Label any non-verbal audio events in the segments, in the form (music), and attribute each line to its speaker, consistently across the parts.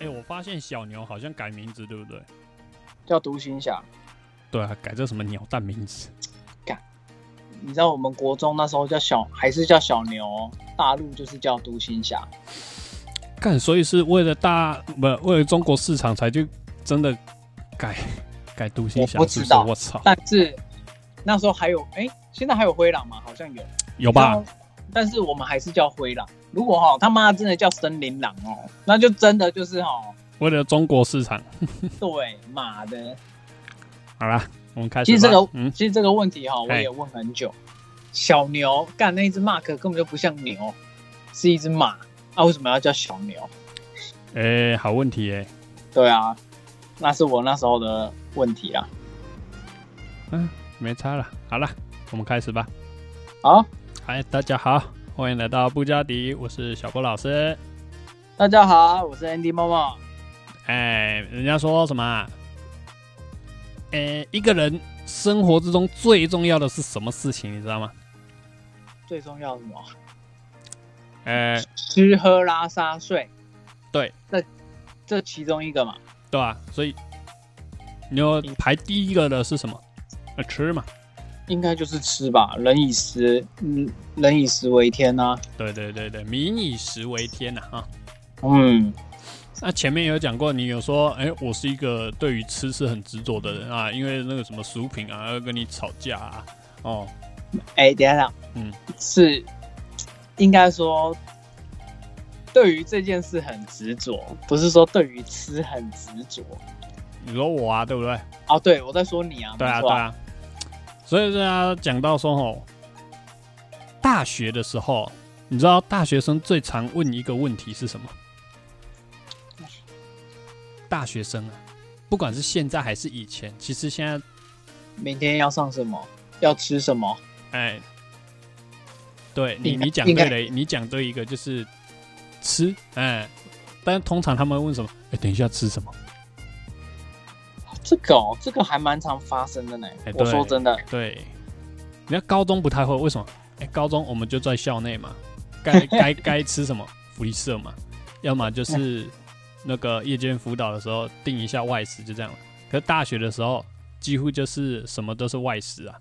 Speaker 1: 哎、我发现小牛好像改名字，对不对？
Speaker 2: 叫独行侠。
Speaker 1: 对啊，改这什么鸟蛋名字？
Speaker 2: 你知道我们国中那时候叫小，还是叫小牛哦，大陆就是叫独行侠。
Speaker 1: 干，所以是为了大不为了中国市场才去真的改改独行侠，
Speaker 2: 我不
Speaker 1: 是不
Speaker 2: 知
Speaker 1: 是？
Speaker 2: 道
Speaker 1: 我操，
Speaker 2: 但是那时候还有，哎、现在还有灰狼吗？好像有。
Speaker 1: 有吧？
Speaker 2: 但是我们还是叫灰狼。如果哈他妈真的叫森林狼哦，那就真的就是哈，
Speaker 1: 为了中国市场，
Speaker 2: 对，妈的。
Speaker 1: 好啦，我们开始吧。
Speaker 2: 其实这个
Speaker 1: 嗯，
Speaker 2: 其实这个问题哈，我
Speaker 1: 嘿
Speaker 2: 也问很久。小牛干那一只 Mark 根本就不像牛，是一只马啊，为什么要叫小牛？
Speaker 1: 哎、好问题哎、
Speaker 2: 对啊，那是我那时候的问题啊。
Speaker 1: 没差了。好了，我们开始吧。
Speaker 2: 好，
Speaker 1: 嗨，大家好，欢迎来到布加迪，我是小波老师。
Speaker 2: 大家好，我是 Andy 默默。
Speaker 1: 哎、人家说什么啊？哎、一个人生活之中最重要的是什么事情，你知道吗？
Speaker 2: 最重要是什么？
Speaker 1: 哎、
Speaker 2: 吃喝拉撒睡。
Speaker 1: 对，
Speaker 2: 这这其中一个嘛。
Speaker 1: 对吧、所以你要排第一个的是什么？呃，吃嘛。
Speaker 2: 应该就是吃吧，人以食，嗯，人以食为天啊呐、
Speaker 1: 对对对对，民以食为天呐啊
Speaker 2: 嗯，
Speaker 1: 那前面有讲过，你有说，哎、我是一个对于吃是很执着的人啊，因为那个什么食品啊，要跟你吵架啊，哦，
Speaker 2: 哎、等一下，
Speaker 1: 嗯，
Speaker 2: 是应该说对于这件事很执着，不是说对于吃很执着。
Speaker 1: 你说我啊，对不对？
Speaker 2: 哦，对，我在说你啊，
Speaker 1: 对啊，
Speaker 2: 没
Speaker 1: 对
Speaker 2: 错，
Speaker 1: 啊。所以大家讲到说哦，大学的时候，你知道大学生最常问一个问题是什么？大学生啊，不管是现在还是以前，其实现在，
Speaker 2: 明天要上什么，要吃什么？
Speaker 1: 哎，对你
Speaker 2: 应该
Speaker 1: 你讲
Speaker 2: 应该
Speaker 1: 对了，你讲对一个就是吃，哎，但通常他们会问什么？哎，等一下吃什么？
Speaker 2: 这个哦，这个还蛮常发生的呢。
Speaker 1: 哎对
Speaker 2: 我说真的，
Speaker 1: 对，你看高中不太会，为什么？哎、高中我们就在校内嘛，
Speaker 2: (laughs)
Speaker 1: 该该该吃什么福利社嘛，要么
Speaker 2: 嗯
Speaker 1: 就是那个夜间辅导的时候订一下外食，就这样了。可是大学的时候，几乎就是什么都是外食啊。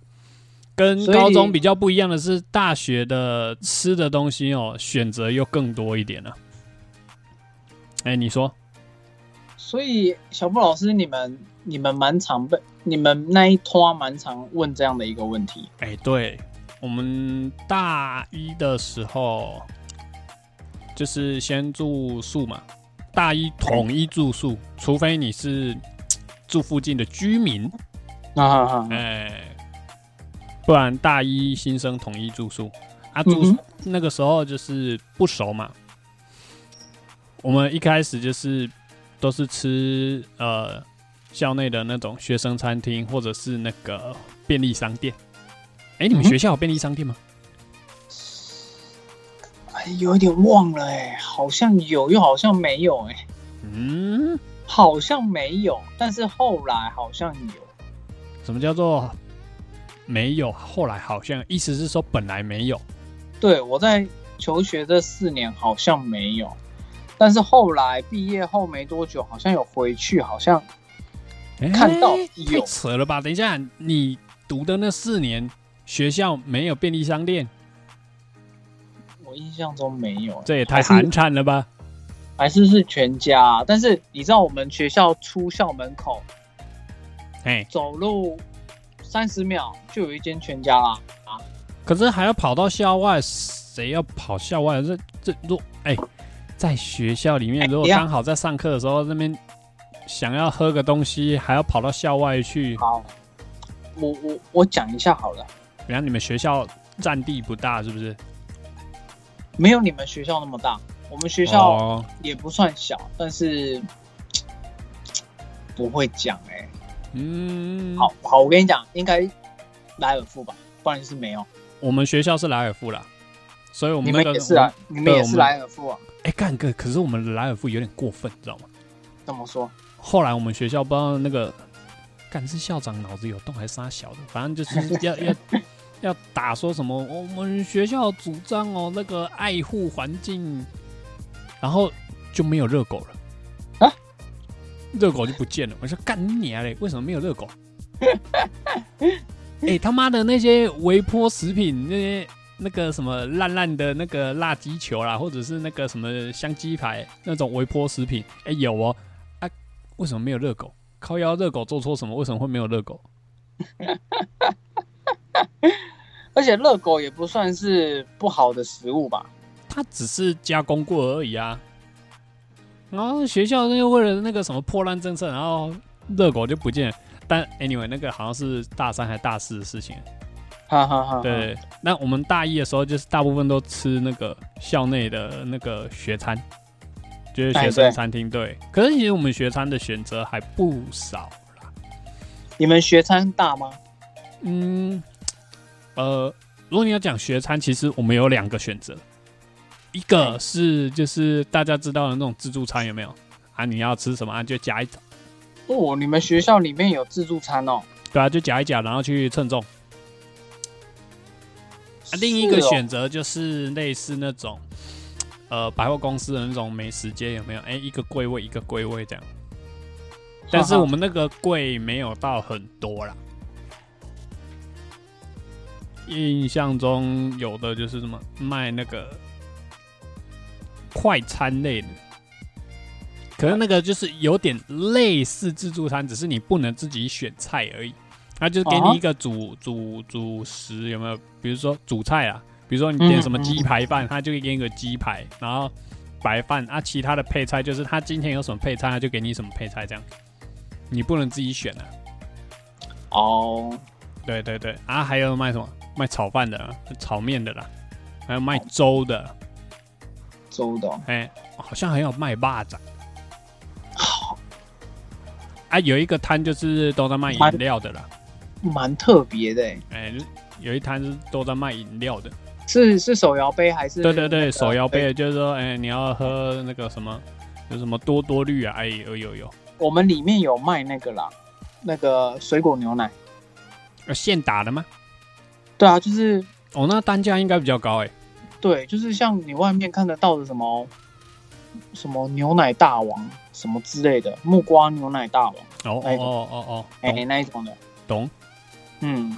Speaker 1: 跟
Speaker 2: 所以
Speaker 1: 高中比较不一样的是，大学的吃的东西哦，选择又更多一点了、哎、你说
Speaker 2: 所以小布老师，你们你们蛮常被你们那一拖蛮常问这样的一个问题。
Speaker 1: 哎、对我们大一的时候，就是先住宿嘛，大一统一住宿，除非你是住附近的居民，
Speaker 2: 啊哈哈，
Speaker 1: 哎、不然大一新生统一住宿啊住、
Speaker 2: 嗯哼
Speaker 1: 那个时候就是不熟嘛，我们一开始就是都是吃呃校内的那种学生餐厅或者是那个便利商店。哎、你们
Speaker 2: 嗯
Speaker 1: 学校有便利商店吗？
Speaker 2: 哎有一点忘了哎、好像有又好像没有哎、
Speaker 1: 嗯，
Speaker 2: 好像没有，但是后来好像有。
Speaker 1: 什么叫做没有？后来好像意思是说本来没有。
Speaker 2: 对我在求学这四年好像没有，但是后来毕业后没多久，好像有回去，好像
Speaker 1: 诶
Speaker 2: 看到
Speaker 1: 哎太
Speaker 2: 有
Speaker 1: 扯了吧？等一下，你读的那四年学校没有便利商店，
Speaker 2: 我印象中没有、
Speaker 1: 这也太
Speaker 2: 还是
Speaker 1: 寒碜了吧？
Speaker 2: 还是是全家、啊但是你知道我们学校出校门口
Speaker 1: 哎，
Speaker 2: 走路三十秒就有一间全家啦。啊，
Speaker 1: 可是还要跑到校外，谁要跑校外？这这如哎，在学校里面，
Speaker 2: 哎
Speaker 1: 如果
Speaker 2: 等一下
Speaker 1: 刚好在上课的时候，那边想要喝个东西，还要跑到校外去，
Speaker 2: 好，我我我讲一下好了，
Speaker 1: 然后你们学校占地不大，是不是？
Speaker 2: 没有你们学校那么大，我们学校、
Speaker 1: 哦
Speaker 2: 也不算小，但是不会讲哎、
Speaker 1: 嗯，
Speaker 2: 好好，我跟你讲，应该莱尔富吧，不然就是没有。
Speaker 1: 我们学校是莱尔富啦，所以我
Speaker 2: 你
Speaker 1: 们
Speaker 2: 们
Speaker 1: 那个
Speaker 2: 也是啊，你们也
Speaker 1: 我
Speaker 2: 是
Speaker 1: 们
Speaker 2: 莱尔夫啊？
Speaker 1: 哎干哥，可是我们莱尔富有点过分，你知道吗？
Speaker 2: 怎么说？
Speaker 1: 后来我们学校不知道那个干是校长脑子有洞还是啥小的，反正就是 (laughs) 要要要打说什么哦我们学校主张哦那个爱护环境，然后就没有热狗了
Speaker 2: 啊，
Speaker 1: 热狗就不见了。我说干你娘嘞，为什么没有热狗？哎、他妈的那些微波食品那些。那个什么烂烂的那个辣鸡球啦，或者是那个什么香鸡排那种微波食品，哎、有哦，为什么没有热狗？靠腰热狗做错什么？为什么会没有热狗？
Speaker 2: 而且热狗也不算是不好的食物吧？
Speaker 1: 它只是加工过而已啊。然后学校又为了那个什么破烂政策，然后热狗就不见了。但 anyway，那个好像是大三还大四的事情。
Speaker 2: 哈哈哈哈。
Speaker 1: 对，那我们大一的时候就是大部分都吃那个校内的那个学餐，就是学
Speaker 2: 哎对
Speaker 1: 生餐厅。对，可是其实我们学餐的选择还不少啦。
Speaker 2: 你们学餐大吗？
Speaker 1: 嗯，呃，如果你要讲学餐，其实我们有两个选择，一个是就是大家知道的那种自助餐，有没有？啊，你要吃什么、啊、就夹一，
Speaker 2: 哦，你们学校里面有自助餐哦。
Speaker 1: 对啊，就夹一夹，然后去称重。啊，另一个
Speaker 2: 是哦
Speaker 1: 选择就是类似那种，呃，百货公司的那种美食街，有没有？哎、一个柜位一个柜位这样，但是
Speaker 2: 哈哈
Speaker 1: 我们那个柜没有到很多啦。印象中有的就是什么卖那个快餐类的，可是那个就是有点类似自助餐，只是你不能自己选菜而已。它就是给
Speaker 2: 啊哈
Speaker 1: 你一个主主主食，有没有？比如说主菜啊，比如说你点什么鸡排饭，它就会给你个鸡排，然后白饭啊，其他的配菜就是它今天有什么配菜，它就给你什么配菜这样。你不能自己选啊。
Speaker 2: 哦，
Speaker 1: 对对对，啊，还有卖什么？卖炒饭的、啊、炒面的啦，还有卖粥的，
Speaker 2: 周的哦
Speaker 1: 哎、好像还有卖蚂 (laughs) 蚱。啊，有一个摊就是都在卖饮料的啦，
Speaker 2: 蛮特别的欸，
Speaker 1: 哎、有一摊是都在卖饮料的。
Speaker 2: 是是手摇杯还是？
Speaker 1: 对对对，手摇
Speaker 2: 对。
Speaker 1: 杯就是说，哎、你要喝那个什么，有什么多多绿啊？哎、有有有，
Speaker 2: 我们里面有卖那个啦，那个水果牛奶。
Speaker 1: 呃现打的吗？
Speaker 2: 对啊，就是
Speaker 1: 哦，那单价应该比较高哎、
Speaker 2: 对，就是像你外面看得到的什么什么牛奶大王什么之类的，木瓜牛奶大王，
Speaker 1: 哦哦
Speaker 2: 那个
Speaker 1: 哦哦哦，
Speaker 2: 哎、
Speaker 1: 懂
Speaker 2: 那一种的。
Speaker 1: 懂。
Speaker 2: 嗯，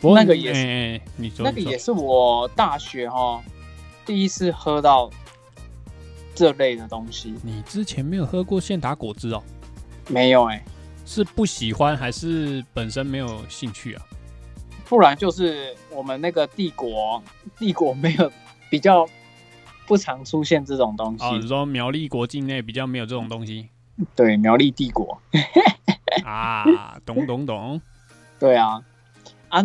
Speaker 1: 不过
Speaker 2: 那个也是
Speaker 1: 哎、哎你说
Speaker 2: 那个
Speaker 1: 你说
Speaker 2: 也是我大学哈第一次喝到这类的东西，
Speaker 1: 你之前没有喝过现打果汁哦？
Speaker 2: 没有哎、
Speaker 1: 是不喜欢还是本身没有兴趣啊？
Speaker 2: 不然就是我们那个帝国，帝国没有比较不常出现这种东西。
Speaker 1: 哦，你说苗栗国境内比较没有这种东
Speaker 2: (laughs)
Speaker 1: 西
Speaker 2: 对，苗栗帝国，
Speaker 1: 啊？懂懂懂。
Speaker 2: 对啊，啊，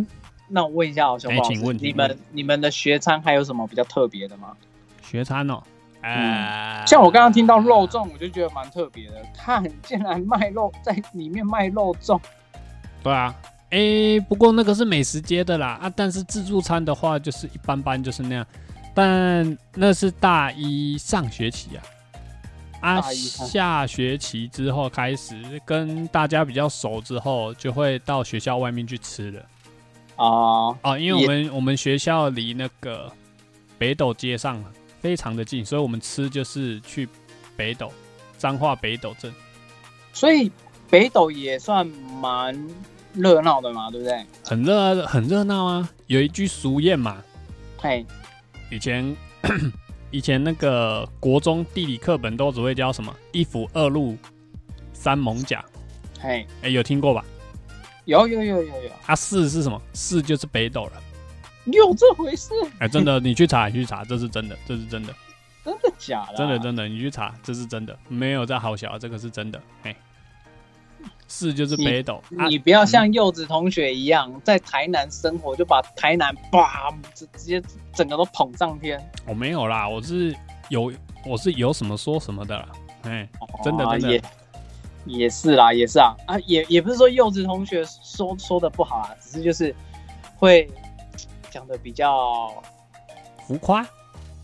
Speaker 2: 那我问一下哦，熊
Speaker 1: 哎
Speaker 2: 猫老师，
Speaker 1: 请问
Speaker 2: 你
Speaker 1: 请问
Speaker 2: 们你们的学餐还有什么比较特别的吗？
Speaker 1: 学餐哦，哎、
Speaker 2: 嗯像我刚刚听到肉粽，我就觉得蛮特别的，看竟然卖肉在里面卖肉粽，
Speaker 1: 对啊，诶、不过那个是美食街的啦啊，但是自助餐的话就是一般般，就是那样。但那是大一上学期啊，啊，
Speaker 2: 大一上
Speaker 1: 下学期之后开始跟大家比较熟之后，就会到学校外面去吃了
Speaker 2: 啊、
Speaker 1: 啊，因为我们我们学校离那个北斗街上非常的近，所以我们吃就是去北斗彰化北斗镇。
Speaker 2: 所以北斗也算蛮热闹的嘛，对不对？
Speaker 1: 很热很热闹啊，有一句俗谚嘛，
Speaker 2: 嘿，
Speaker 1: 以前 (coughs) 以前那个国中地理课本都只会教什么一府二路三艋甲，
Speaker 2: 嘿，
Speaker 1: 哎、有听过吧？
Speaker 2: 有有有有有，
Speaker 1: 啊，四是什么？四就是北斗了。
Speaker 2: 有这回事？
Speaker 1: 哎、真的，你去查，你去查，这是真的，这是真
Speaker 2: (laughs)
Speaker 1: 的，
Speaker 2: 真的假的啊、
Speaker 1: 真的真的，你去查，这是真的，没有在好小，这个是真的。哎、四就是北斗啊，
Speaker 2: 你不要像柚子同学一样，在台南生活，就把台南叭直直接整个都捧上天。
Speaker 1: 我、啊哦没有啦，我是有我是有什么说什么的啦。哎、真的
Speaker 2: 哦
Speaker 1: 真的
Speaker 2: 也也是啦，也是啊啊，也也不是说柚子同学说说的不好啊，只是就是会讲的比较
Speaker 1: 浮夸。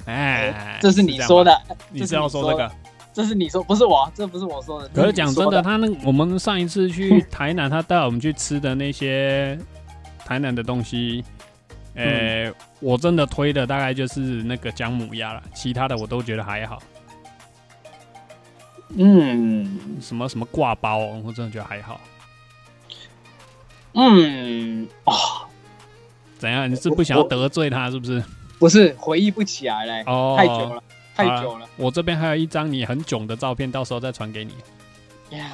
Speaker 1: 哎，
Speaker 2: 这是你说
Speaker 1: 的，
Speaker 2: 的，啊
Speaker 1: 你
Speaker 2: 这
Speaker 1: 是
Speaker 2: 是
Speaker 1: 要
Speaker 2: 你
Speaker 1: 说
Speaker 2: 说
Speaker 1: 这个
Speaker 2: 的？这是你说，不是我，啊这不是我说的。
Speaker 1: 可
Speaker 2: 这
Speaker 1: 是
Speaker 2: 你
Speaker 1: 讲真
Speaker 2: 说
Speaker 1: 的，
Speaker 2: 的，
Speaker 1: 他那我们上一次去台南，他带我们去吃的那些台南的东西，呃、
Speaker 2: 嗯
Speaker 1: 我真的推的大概就是那个姜母鸭了，其他的我都觉得还好，
Speaker 2: 嗯
Speaker 1: 什么什么挂包，我真的觉得还好。
Speaker 2: 嗯，哦，
Speaker 1: 怎样？你是不想要得罪他是不是？
Speaker 2: 不是，回忆不起来嘞，
Speaker 1: 哦，啊
Speaker 2: 太久。了，太久了
Speaker 1: 我这边还有一张你很囧的照片，到时候再传给你。
Speaker 2: 呀。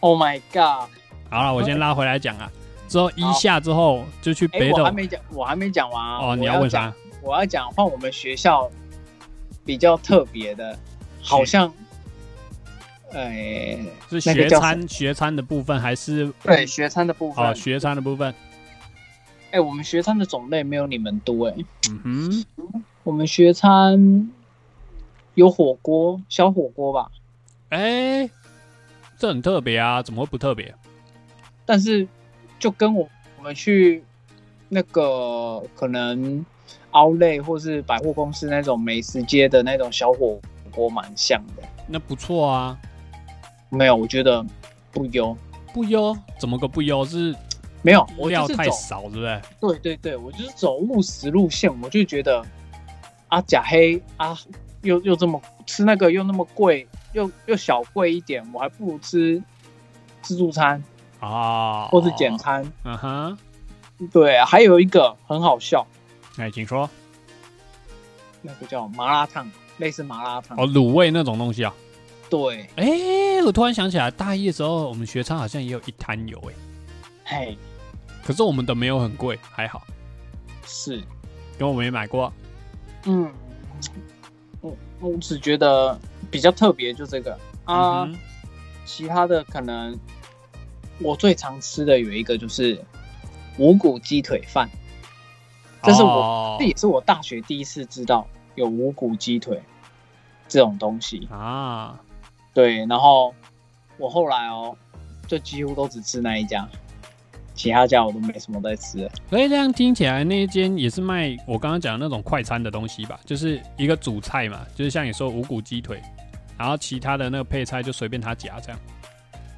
Speaker 2: Oh my god！
Speaker 1: 好了，我先拉回来讲啊。之后一下之后就去
Speaker 2: 哎、
Speaker 1: 北斗
Speaker 2: 我还没讲，我还没讲完啊。
Speaker 1: 哦，你
Speaker 2: 我
Speaker 1: 要问
Speaker 2: 讲
Speaker 1: 啥？
Speaker 2: 我要讲换我们学校比较特别的，好像，呃，
Speaker 1: 是
Speaker 2: 那个
Speaker 1: 学
Speaker 2: 叫
Speaker 1: 餐学餐的部分还是
Speaker 2: 对学餐的部分，
Speaker 1: 哦
Speaker 2: 哎、
Speaker 1: 学餐的部分？
Speaker 2: 我们学餐的种类没有你们多哎、
Speaker 1: 嗯哼，
Speaker 2: 我们学餐有火锅，小火锅吧，
Speaker 1: 哎、这很特别啊，怎么会不特别？
Speaker 2: 但是就跟我我们去那个可能奥类或是百货公司那种美食街的那种小火锅蛮像的，
Speaker 1: 那不错啊，
Speaker 2: 没有，我觉得不优，
Speaker 1: 不优，怎么个不优？是
Speaker 2: 没有，我就
Speaker 1: 料
Speaker 2: 是
Speaker 1: 太
Speaker 2: 走。
Speaker 1: 少，对不对？
Speaker 2: 对对对，我就是走务实路线，我就觉得啊，假黑啊，又又这么吃那个又那么贵，又又小贵一点，我还不如吃自助餐
Speaker 1: 啊、
Speaker 2: 或是简。餐。
Speaker 1: 嗯哼，
Speaker 2: 对，还有一个很好笑，
Speaker 1: 哎，请说。
Speaker 2: 那个叫麻辣烫，类似麻辣烫。
Speaker 1: 哦，卤味那种东西啊。
Speaker 2: 对，
Speaker 1: 哎、我突然想起来，大一的时候我们学餐好像也有一摊有哎、
Speaker 2: 嘿，
Speaker 1: 可是我们的没有很贵，还好，
Speaker 2: 是，
Speaker 1: 因为我没买过。啊
Speaker 2: 嗯，我我只觉得比较特别就这个啊，
Speaker 1: 嗯哼
Speaker 2: 其他的可能我最常吃的有一个就是五谷鸡腿饭。这是我
Speaker 1: 哦
Speaker 2: 这也是我大学第一次知道有五谷鸡腿这种东西。
Speaker 1: 啊，
Speaker 2: 对，然后我后来哦，就几乎都只吃那一家，其他家我都没什么在吃了。
Speaker 1: 所以这样听起来，那一间也是卖我刚刚讲的那种快餐的东西吧，就是一个主菜嘛，就是像你说五谷鸡腿，然后其他的那个配菜就随便他夹这样，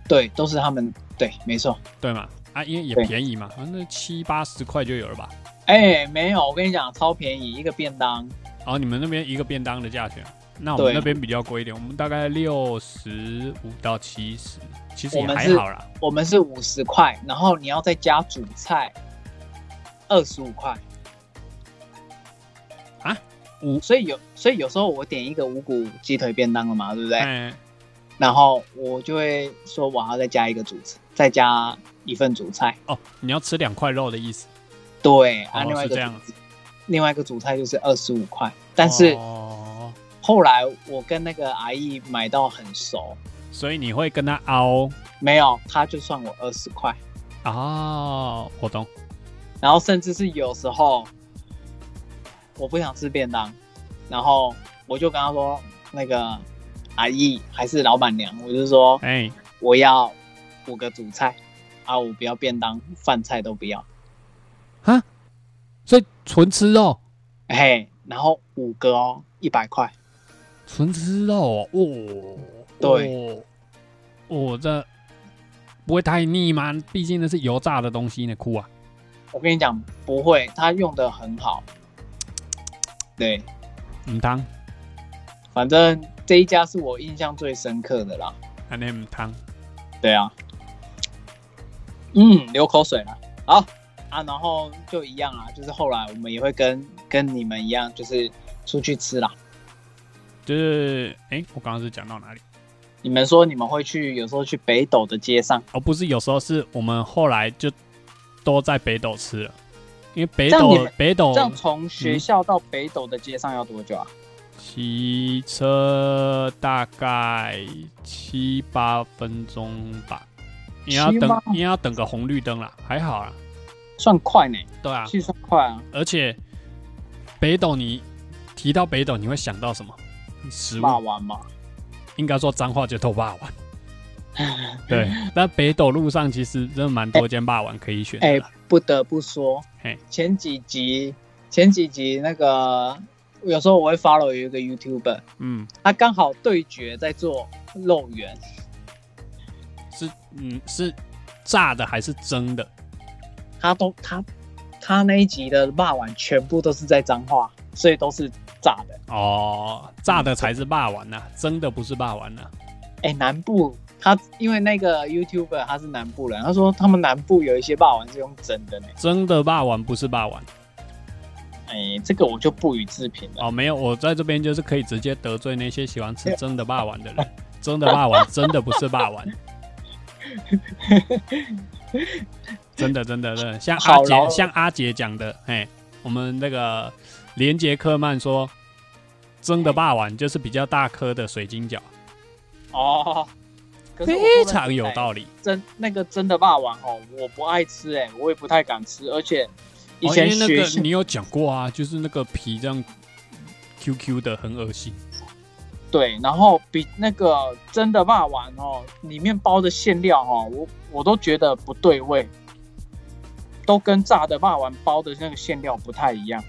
Speaker 2: 对，都是他们。对，没错。
Speaker 1: 对吗？啊，因为也
Speaker 2: 对
Speaker 1: 便宜嘛，啊，那七八十块就有了吧？
Speaker 2: 哎，没有，我跟你讲，超便宜，一个便当。
Speaker 1: 哦，你们那边一个便当的价钱，那我们
Speaker 2: 对
Speaker 1: 那边比较贵一点，我们大概六十五到七十，其实也
Speaker 2: 我们
Speaker 1: 还
Speaker 2: 是
Speaker 1: 好啦。
Speaker 2: 我们是五十块，然后你要再加主菜二十五块
Speaker 1: 啊，五
Speaker 2: 所以有所以有时候我点一个五谷鸡腿便当了嘛，对不对？
Speaker 1: 哎，
Speaker 2: 然后我就会说我要再加一个主菜，再加一份主菜。
Speaker 1: 哦，你要吃两块肉的意思？
Speaker 2: 对，
Speaker 1: 哦
Speaker 2: 啊，另外一
Speaker 1: 是这
Speaker 2: 个主
Speaker 1: 样
Speaker 2: 另外一个主菜就是二十五块，但是
Speaker 1: 哦，
Speaker 2: 后来我跟那个阿姨买到很熟，
Speaker 1: 所以你会跟他凹
Speaker 2: 没有，她就算我二十块，
Speaker 1: 哦，我懂。
Speaker 2: 然后甚至是有时候我不想吃便当，然后我就跟她说那个阿姨还是老板娘，我就说
Speaker 1: 哎、
Speaker 2: 我要五个主菜，啊，我不要便当，饭菜都不要。
Speaker 1: 所以纯吃肉，
Speaker 2: 嘿，然后五个哦，一百块。
Speaker 1: 纯吃肉哦，哦
Speaker 2: 对
Speaker 1: 哦，哦，这不会太腻吗？毕竟那是油炸的东西呢，哭啊！
Speaker 2: 我跟你讲，不会，他用的很好。对，
Speaker 1: 唔汤，
Speaker 2: 反正这一家是我印象最深刻的啦。
Speaker 1: 安尼唔汤，
Speaker 2: 对啊，嗯，流口水了。好啊，然后就一样啊，就是后来我们也会跟跟你们一样，就是出去吃啦。
Speaker 1: 就是哎、我刚刚是讲到哪里？
Speaker 2: 你们说你们会去，有时候去北斗的街上，
Speaker 1: 哦，不是，有时候是我们后来就都在北斗吃了，因为北
Speaker 2: 这样你
Speaker 1: 斗
Speaker 2: 们
Speaker 1: 北斗
Speaker 2: 这样从
Speaker 1: 嗯
Speaker 2: 学校到北斗的街上要多久啊？
Speaker 1: 骑车大概七八分钟吧，你要
Speaker 2: 七
Speaker 1: 等
Speaker 2: 八
Speaker 1: 你要等个红绿灯啦，还好啦，
Speaker 2: 算快呢，
Speaker 1: 对啊，
Speaker 2: 其实算快啊。
Speaker 1: 而且北斗你，提到北斗，你会想到什么？食
Speaker 2: 骂
Speaker 1: 物
Speaker 2: 完嘛，
Speaker 1: 应该说脏话就偷霸
Speaker 2: (laughs)
Speaker 1: 王。对，但北斗路上其实真的蛮多间霸王可以选的
Speaker 2: 哎、
Speaker 1: 啦。
Speaker 2: 不得不说
Speaker 1: 嘿，
Speaker 2: 前几集前几集那个有时候我会 follow 有一个 YouTuber，
Speaker 1: 嗯，
Speaker 2: 他刚好对决在做肉圆，
Speaker 1: 是嗯是炸的还是蒸的？
Speaker 2: 他都他他那一集的霸碗全部都是在脏话，所以都是炸的。
Speaker 1: 哦，炸的才是霸王呐、蒸的不是霸王呐、
Speaker 2: 哎、南部他因为那个 YouTuber 他是南部人，他说他们南部有一些霸王是用蒸的呢。
Speaker 1: 蒸的霸王不是霸王。
Speaker 2: 哎、这个我就不予置评了。
Speaker 1: 哦，没有，我在这边就是可以直接得罪那些喜欢吃蒸的霸王的人。蒸的霸王真的不是霸王，真的真的真的，像阿
Speaker 2: 好
Speaker 1: 杰
Speaker 2: 了
Speaker 1: 像阿杰讲的，嘿，我们那个连杰克曼说，蒸的霸王就是比较大颗的水晶饺，
Speaker 2: 哦，可是我
Speaker 1: 非
Speaker 2: 不能
Speaker 1: 常有
Speaker 2: 哎
Speaker 1: 道理。
Speaker 2: 真那个真的霸王哦，我不爱吃哎、我也不太敢吃，而且以
Speaker 1: 哦
Speaker 2: 前
Speaker 1: 因为
Speaker 2: 学
Speaker 1: 那
Speaker 2: 校、
Speaker 1: 个你有讲过啊，就是那个皮这样 Q Q 的，很恶心。
Speaker 2: 对，然后比那个真的霸王哦，里面包的馅料哦，我我都觉得不对味，都跟炸的霸王包的那个馅料不太一样。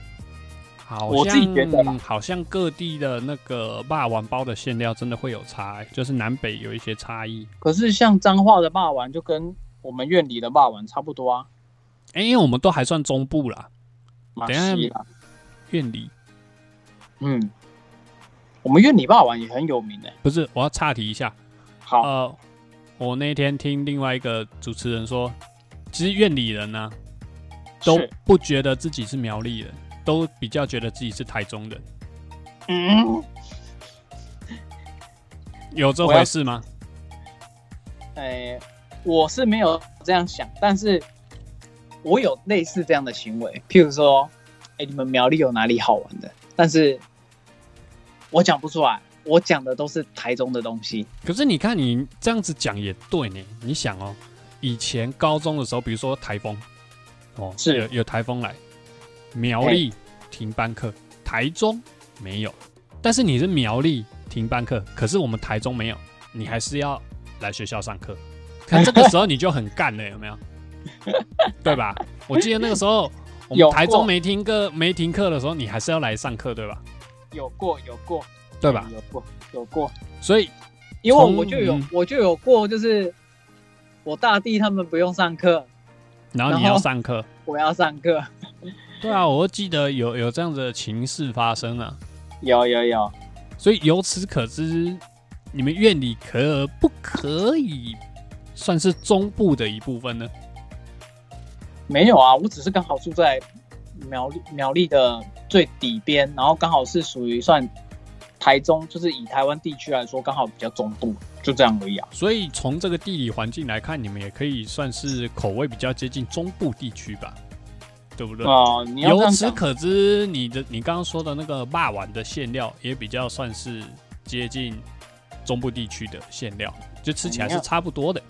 Speaker 1: 好
Speaker 2: 我自己觉得啦
Speaker 1: 像好像各地的那个霸王包的馅料真的会有差、欸就是南北有一些差异。
Speaker 2: 可是像彰化的霸王就跟我们院里的霸王差不多啊，
Speaker 1: 哎、因为我们都还算中部啦，
Speaker 2: 马
Speaker 1: 等一下
Speaker 2: 西啦，
Speaker 1: 院里
Speaker 2: 嗯，我们院里霸王也很有名哎、
Speaker 1: 不是。我要岔题一下，
Speaker 2: 好，
Speaker 1: 呃，我那天听另外一个主持人说，其实院里人呢、都
Speaker 2: 是
Speaker 1: 不觉得自己是苗栗人，都比较觉得自己是台中人，
Speaker 2: 嗯。
Speaker 1: 有这
Speaker 2: 我要
Speaker 1: 回事吗？
Speaker 2: 哎，我是没有这样想，但是我有类似这样的行为，譬如说，哎、你们苗栗有哪里好玩的？但是我讲不出来，我讲的都是台中的东西。
Speaker 1: 可是你看，你这样子讲也对呢。你想哦，以前高中的时候，比如说台风，哦，
Speaker 2: 是
Speaker 1: 有有台风来，苗栗停班课，台中没有，但是你是苗栗停班课，可是我们台中没有，你还是要来学校上课。可这个时候你就很干
Speaker 2: (laughs)
Speaker 1: 了，有没有？对吧？我记得那个时候我
Speaker 2: 有
Speaker 1: 们
Speaker 2: 过
Speaker 1: 台中没停课没停课的时候，你还是要来上课，对吧？
Speaker 2: 有过，有过，
Speaker 1: 对吧？
Speaker 2: 有过，有过，
Speaker 1: 所以
Speaker 2: 因为
Speaker 1: 从
Speaker 2: 我就有
Speaker 1: 嗯，
Speaker 2: 我就有过，就是我大弟他们不用上课，
Speaker 1: 然后你
Speaker 2: 然后
Speaker 1: 要上课，
Speaker 2: 我要上课。
Speaker 1: 对啊，我记得有有这样子的情事发生啊，
Speaker 2: 有有有，
Speaker 1: 所以由此可知，你们院里可不可以算是中部的一部分呢？
Speaker 2: 没有啊，我只是刚好住在苗栗苗栗的最底边，然后刚好是属于算台中，就是以台湾地区来说，刚好比较中部，就这样而已啊。
Speaker 1: 所以从这个地理环境来看，你们也可以算是口味比较接近中部地区吧，对不对？
Speaker 2: 啊、你要这
Speaker 1: 由
Speaker 2: 样
Speaker 1: 此
Speaker 2: 讲，
Speaker 1: 可知，你的你刚刚说的那个霸碗的馅料也比较算是接近中部地区的馅料，就吃起来是差不多的。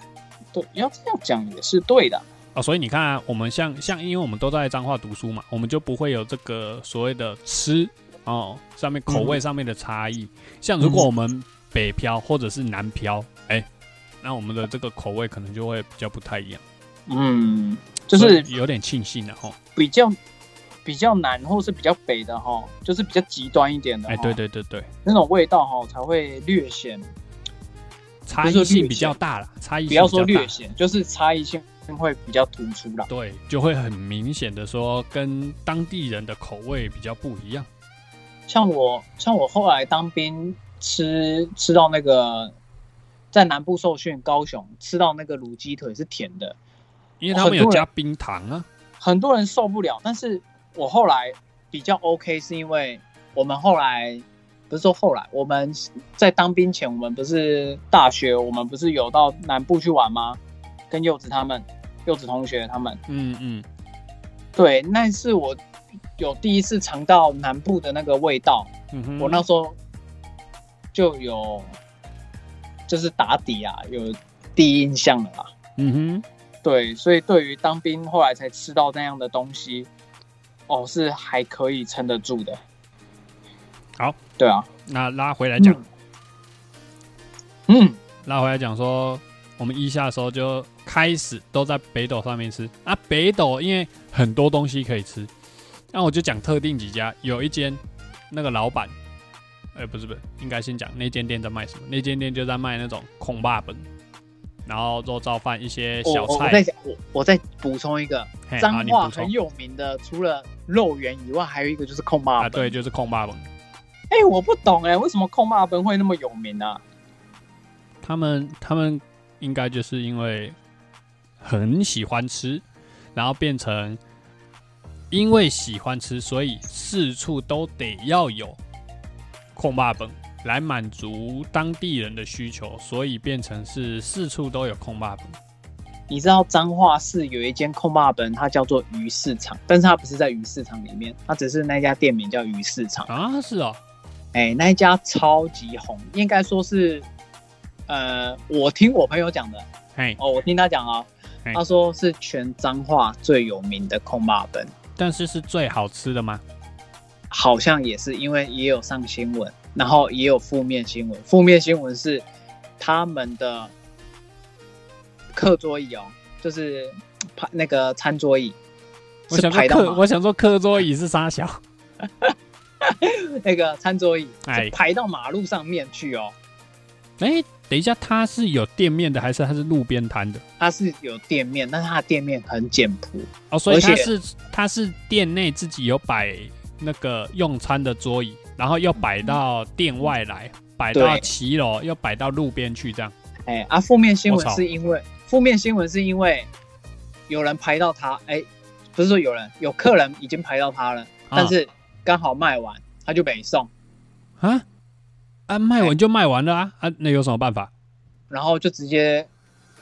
Speaker 2: 对，要这样讲也是对的。
Speaker 1: 啊，所以你看、啊，我们像像，因为我们都在彰化读书嘛，我们就不会有这个所谓的吃哦上面
Speaker 2: 嗯
Speaker 1: 口味上面的差异。像如果我们北漂或者是南漂，哎、那我们的这个口味可能就会比较不太一样，
Speaker 2: 嗯，就
Speaker 1: 所
Speaker 2: 是
Speaker 1: 以有点庆幸了、啊、哦。
Speaker 2: 比较比较南或是比较北的哈，就是比较极端一点的，
Speaker 1: 哎、对，对对对，
Speaker 2: 那种味道哈才会略显，
Speaker 1: 差
Speaker 2: 不
Speaker 1: 异
Speaker 2: 是说
Speaker 1: 性
Speaker 2: 略
Speaker 1: 比较
Speaker 2: 显
Speaker 1: 大啦，差异性
Speaker 2: 不要
Speaker 1: 比
Speaker 2: 说
Speaker 1: 较
Speaker 2: 略
Speaker 1: 大，
Speaker 2: 显，就是差异性会比较突出啦。
Speaker 1: 对，就会很明显的说跟当地人的口味比较不一样。
Speaker 2: 像我像我后来当兵吃吃到那个在南部受训，高雄吃到那个卤鸡腿是甜的，
Speaker 1: 因为他们
Speaker 2: 哦很
Speaker 1: 有
Speaker 2: 多人
Speaker 1: 加冰糖啊，
Speaker 2: 很多人受不了，但是我后来比较 OK，是因为我们后来不是说后来我们在当兵前，我们不是大学，我们不是有到南部去玩吗？跟柚子他们，柚子同学他们，
Speaker 1: 嗯嗯，
Speaker 2: 对，那是我有第一次尝到南部的那个味道，
Speaker 1: 嗯哼
Speaker 2: 我那时候就有就是打底啊，有第一印象了啦。
Speaker 1: 嗯哼，
Speaker 2: 对，所以对于当兵后来才吃到那样的东西，哦，是还可以撑得住的。
Speaker 1: 好，
Speaker 2: 对啊，
Speaker 1: 那拉回来讲。
Speaker 2: 嗯，
Speaker 1: 拉回来讲说，我们一下的时候就开始都在北斗上面吃啊。北斗因为很多东西可以吃，那我就讲特定几家，有一间那个老板，哎、不是不是，应该先讲那间店在卖什么？那间店就在卖那种空霸本，然后肉燥饭一些
Speaker 2: 我
Speaker 1: 小
Speaker 2: 哦我我
Speaker 1: 菜。
Speaker 2: 再讲我我再补充一个，
Speaker 1: 嘿好
Speaker 2: 彰
Speaker 1: 你
Speaker 2: 化
Speaker 1: 补
Speaker 2: 很
Speaker 1: 充啊
Speaker 2: 有名的，除了肉圆以外，还有一个就是控骂
Speaker 1: 啊，
Speaker 2: 本。
Speaker 1: 对，，就是空霸本。
Speaker 2: 哎、我不懂哎、为什么控骂本会那么有名啊？
Speaker 1: 他们他们应该就是因为很喜欢吃，然后变成因为喜欢吃，所以四处都得要有控霸本来满足当地人的需求，所以变成是四处都有控霸本。
Speaker 2: 你知道彰化市有一间控霸本，它叫做鱼市场，但是它不是在鱼市场里面，它只是那家店名叫鱼市场。
Speaker 1: 啊，是哦，
Speaker 2: 哎、那一家超级红，应该说是，呃，我听我朋友讲的
Speaker 1: 嘿，
Speaker 2: 哦，我听他讲啊
Speaker 1: 嘿，
Speaker 2: 他说是全彰化最有名的控霸本，
Speaker 1: 但是是最好吃的吗？
Speaker 2: 好像也是因为也有上新闻，然后也有负面新闻，负面新闻是他们的课桌椅哦，就是排那个餐桌椅
Speaker 1: 我
Speaker 2: 是
Speaker 1: 想
Speaker 2: 排
Speaker 1: 说
Speaker 2: 到
Speaker 1: 课，
Speaker 2: 马
Speaker 1: 我想说课桌椅是沙小，
Speaker 2: 那个餐桌椅
Speaker 1: 哎
Speaker 2: 是排到马路上面去哦，
Speaker 1: 哎、等一下，它是有店面的，还是它是路边摊的？
Speaker 2: 它是有店面，但是它的店面很简朴。
Speaker 1: 哦，所以
Speaker 2: 而
Speaker 1: 他
Speaker 2: 且
Speaker 1: 是他是店内自己有摆那个用餐的桌椅，然后又摆到店外来，摆到
Speaker 2: 对
Speaker 1: 骑楼，又摆到路边去，这样。
Speaker 2: 哎、啊，负面新
Speaker 1: 我
Speaker 2: 闻
Speaker 1: 操
Speaker 2: 是因为负面新闻是因为有人排到他，哎、不是说有人，有客人已经排到他了，
Speaker 1: 啊
Speaker 2: 但是刚好卖完，他就北送，
Speaker 1: 啊啊，卖
Speaker 2: 哎
Speaker 1: 完就卖完了啊啊，那有什么办法？
Speaker 2: 然后就直接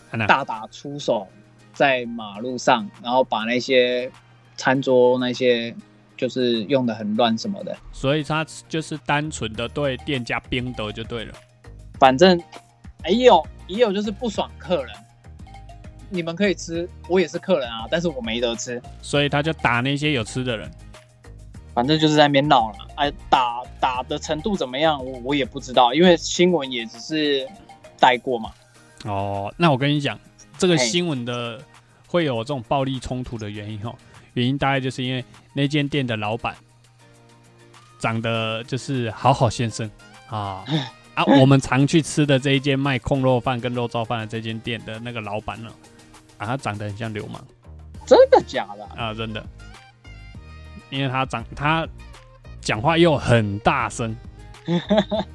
Speaker 1: 啊那
Speaker 2: 大打出手，在马路上，然后把那些餐桌那些就是用的很乱什么的，
Speaker 1: 所以他就是单纯的对店家冰得就对了。
Speaker 2: 反正哎也有也有就是不爽客人，你们可以吃，我也是客人啊，但是我没得吃，
Speaker 1: 所以他就打那些有吃的人，
Speaker 2: 反正就是在那边闹了。哎，打打的程度怎么样，我我也不知道，因为新闻也只是带过嘛。
Speaker 1: 哦，那我跟你讲，这个
Speaker 2: 嘿
Speaker 1: 新闻的会有这种暴力冲突的原因哦，原因大概就是因为那间店的老板长得就是好好先生啊啊，我们常去吃的这一间卖控肉饭跟肉燥饭的这间店的那个老板呢，啊，他长得很像流氓
Speaker 2: 真的假的？
Speaker 1: 啊，真的，因为他长他讲话又很大声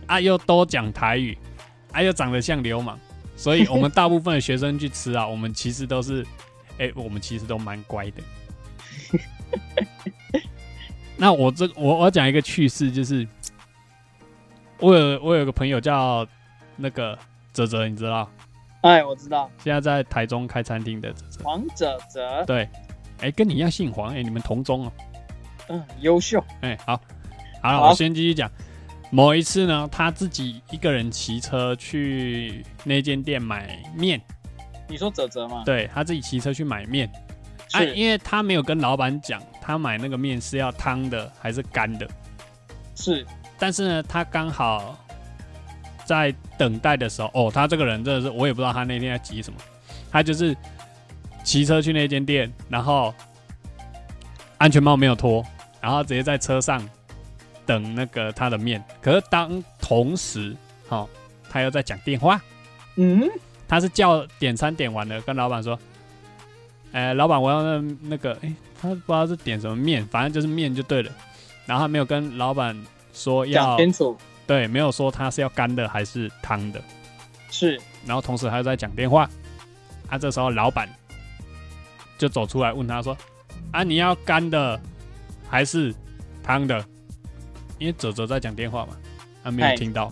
Speaker 1: 啊，又都讲台语，啊，又长得像流氓，所以我们大部分的学生去吃啊，我们其实都是，哎、我们其实都蛮乖的。那我这我我要讲一个趣事，就是我有我有个朋友叫那个泽泽，你知道，
Speaker 2: 哎，我知道，
Speaker 1: 现在在台中开餐厅的泽泽，
Speaker 2: 王者泽，
Speaker 1: 对，哎、跟你一样姓黄，哎、你们同宗哦、
Speaker 2: 嗯，优秀，
Speaker 1: 哎、好，好了，
Speaker 2: 好
Speaker 1: 我先继续讲。某一次呢，他自己一个人骑车去那间店买面，
Speaker 2: 你说泽泽吗？
Speaker 1: 对他自己骑车去买面，啊，
Speaker 2: 是、
Speaker 1: 因为他没有跟老板讲他买那个面是要汤的还是干的，
Speaker 2: 是，
Speaker 1: 但是呢，他刚好在等待的时候，哦，他这个人真的是我也不知道他那天在急什么，他就是骑车去那间店，然后安全帽没有脱，然后直接在车上等那个他的面。可是当同时，哦，他又在讲电话，
Speaker 2: 嗯，
Speaker 1: 他是叫点餐点完了，跟老板说，呃，老板我要那那个，诶，他不知道是点什么面，反正就是面就对了。然后他没有跟老板说
Speaker 2: 讲
Speaker 1: 要
Speaker 2: 清楚，
Speaker 1: 对，没有说他是要干的还是汤的。
Speaker 2: 是
Speaker 1: 然后同时还在讲电话，啊，这时候老板就走出来问他说：“啊，你要干的还是汤的？”因为哲哲在讲电话嘛，啊，没有
Speaker 2: 哎
Speaker 1: 听到。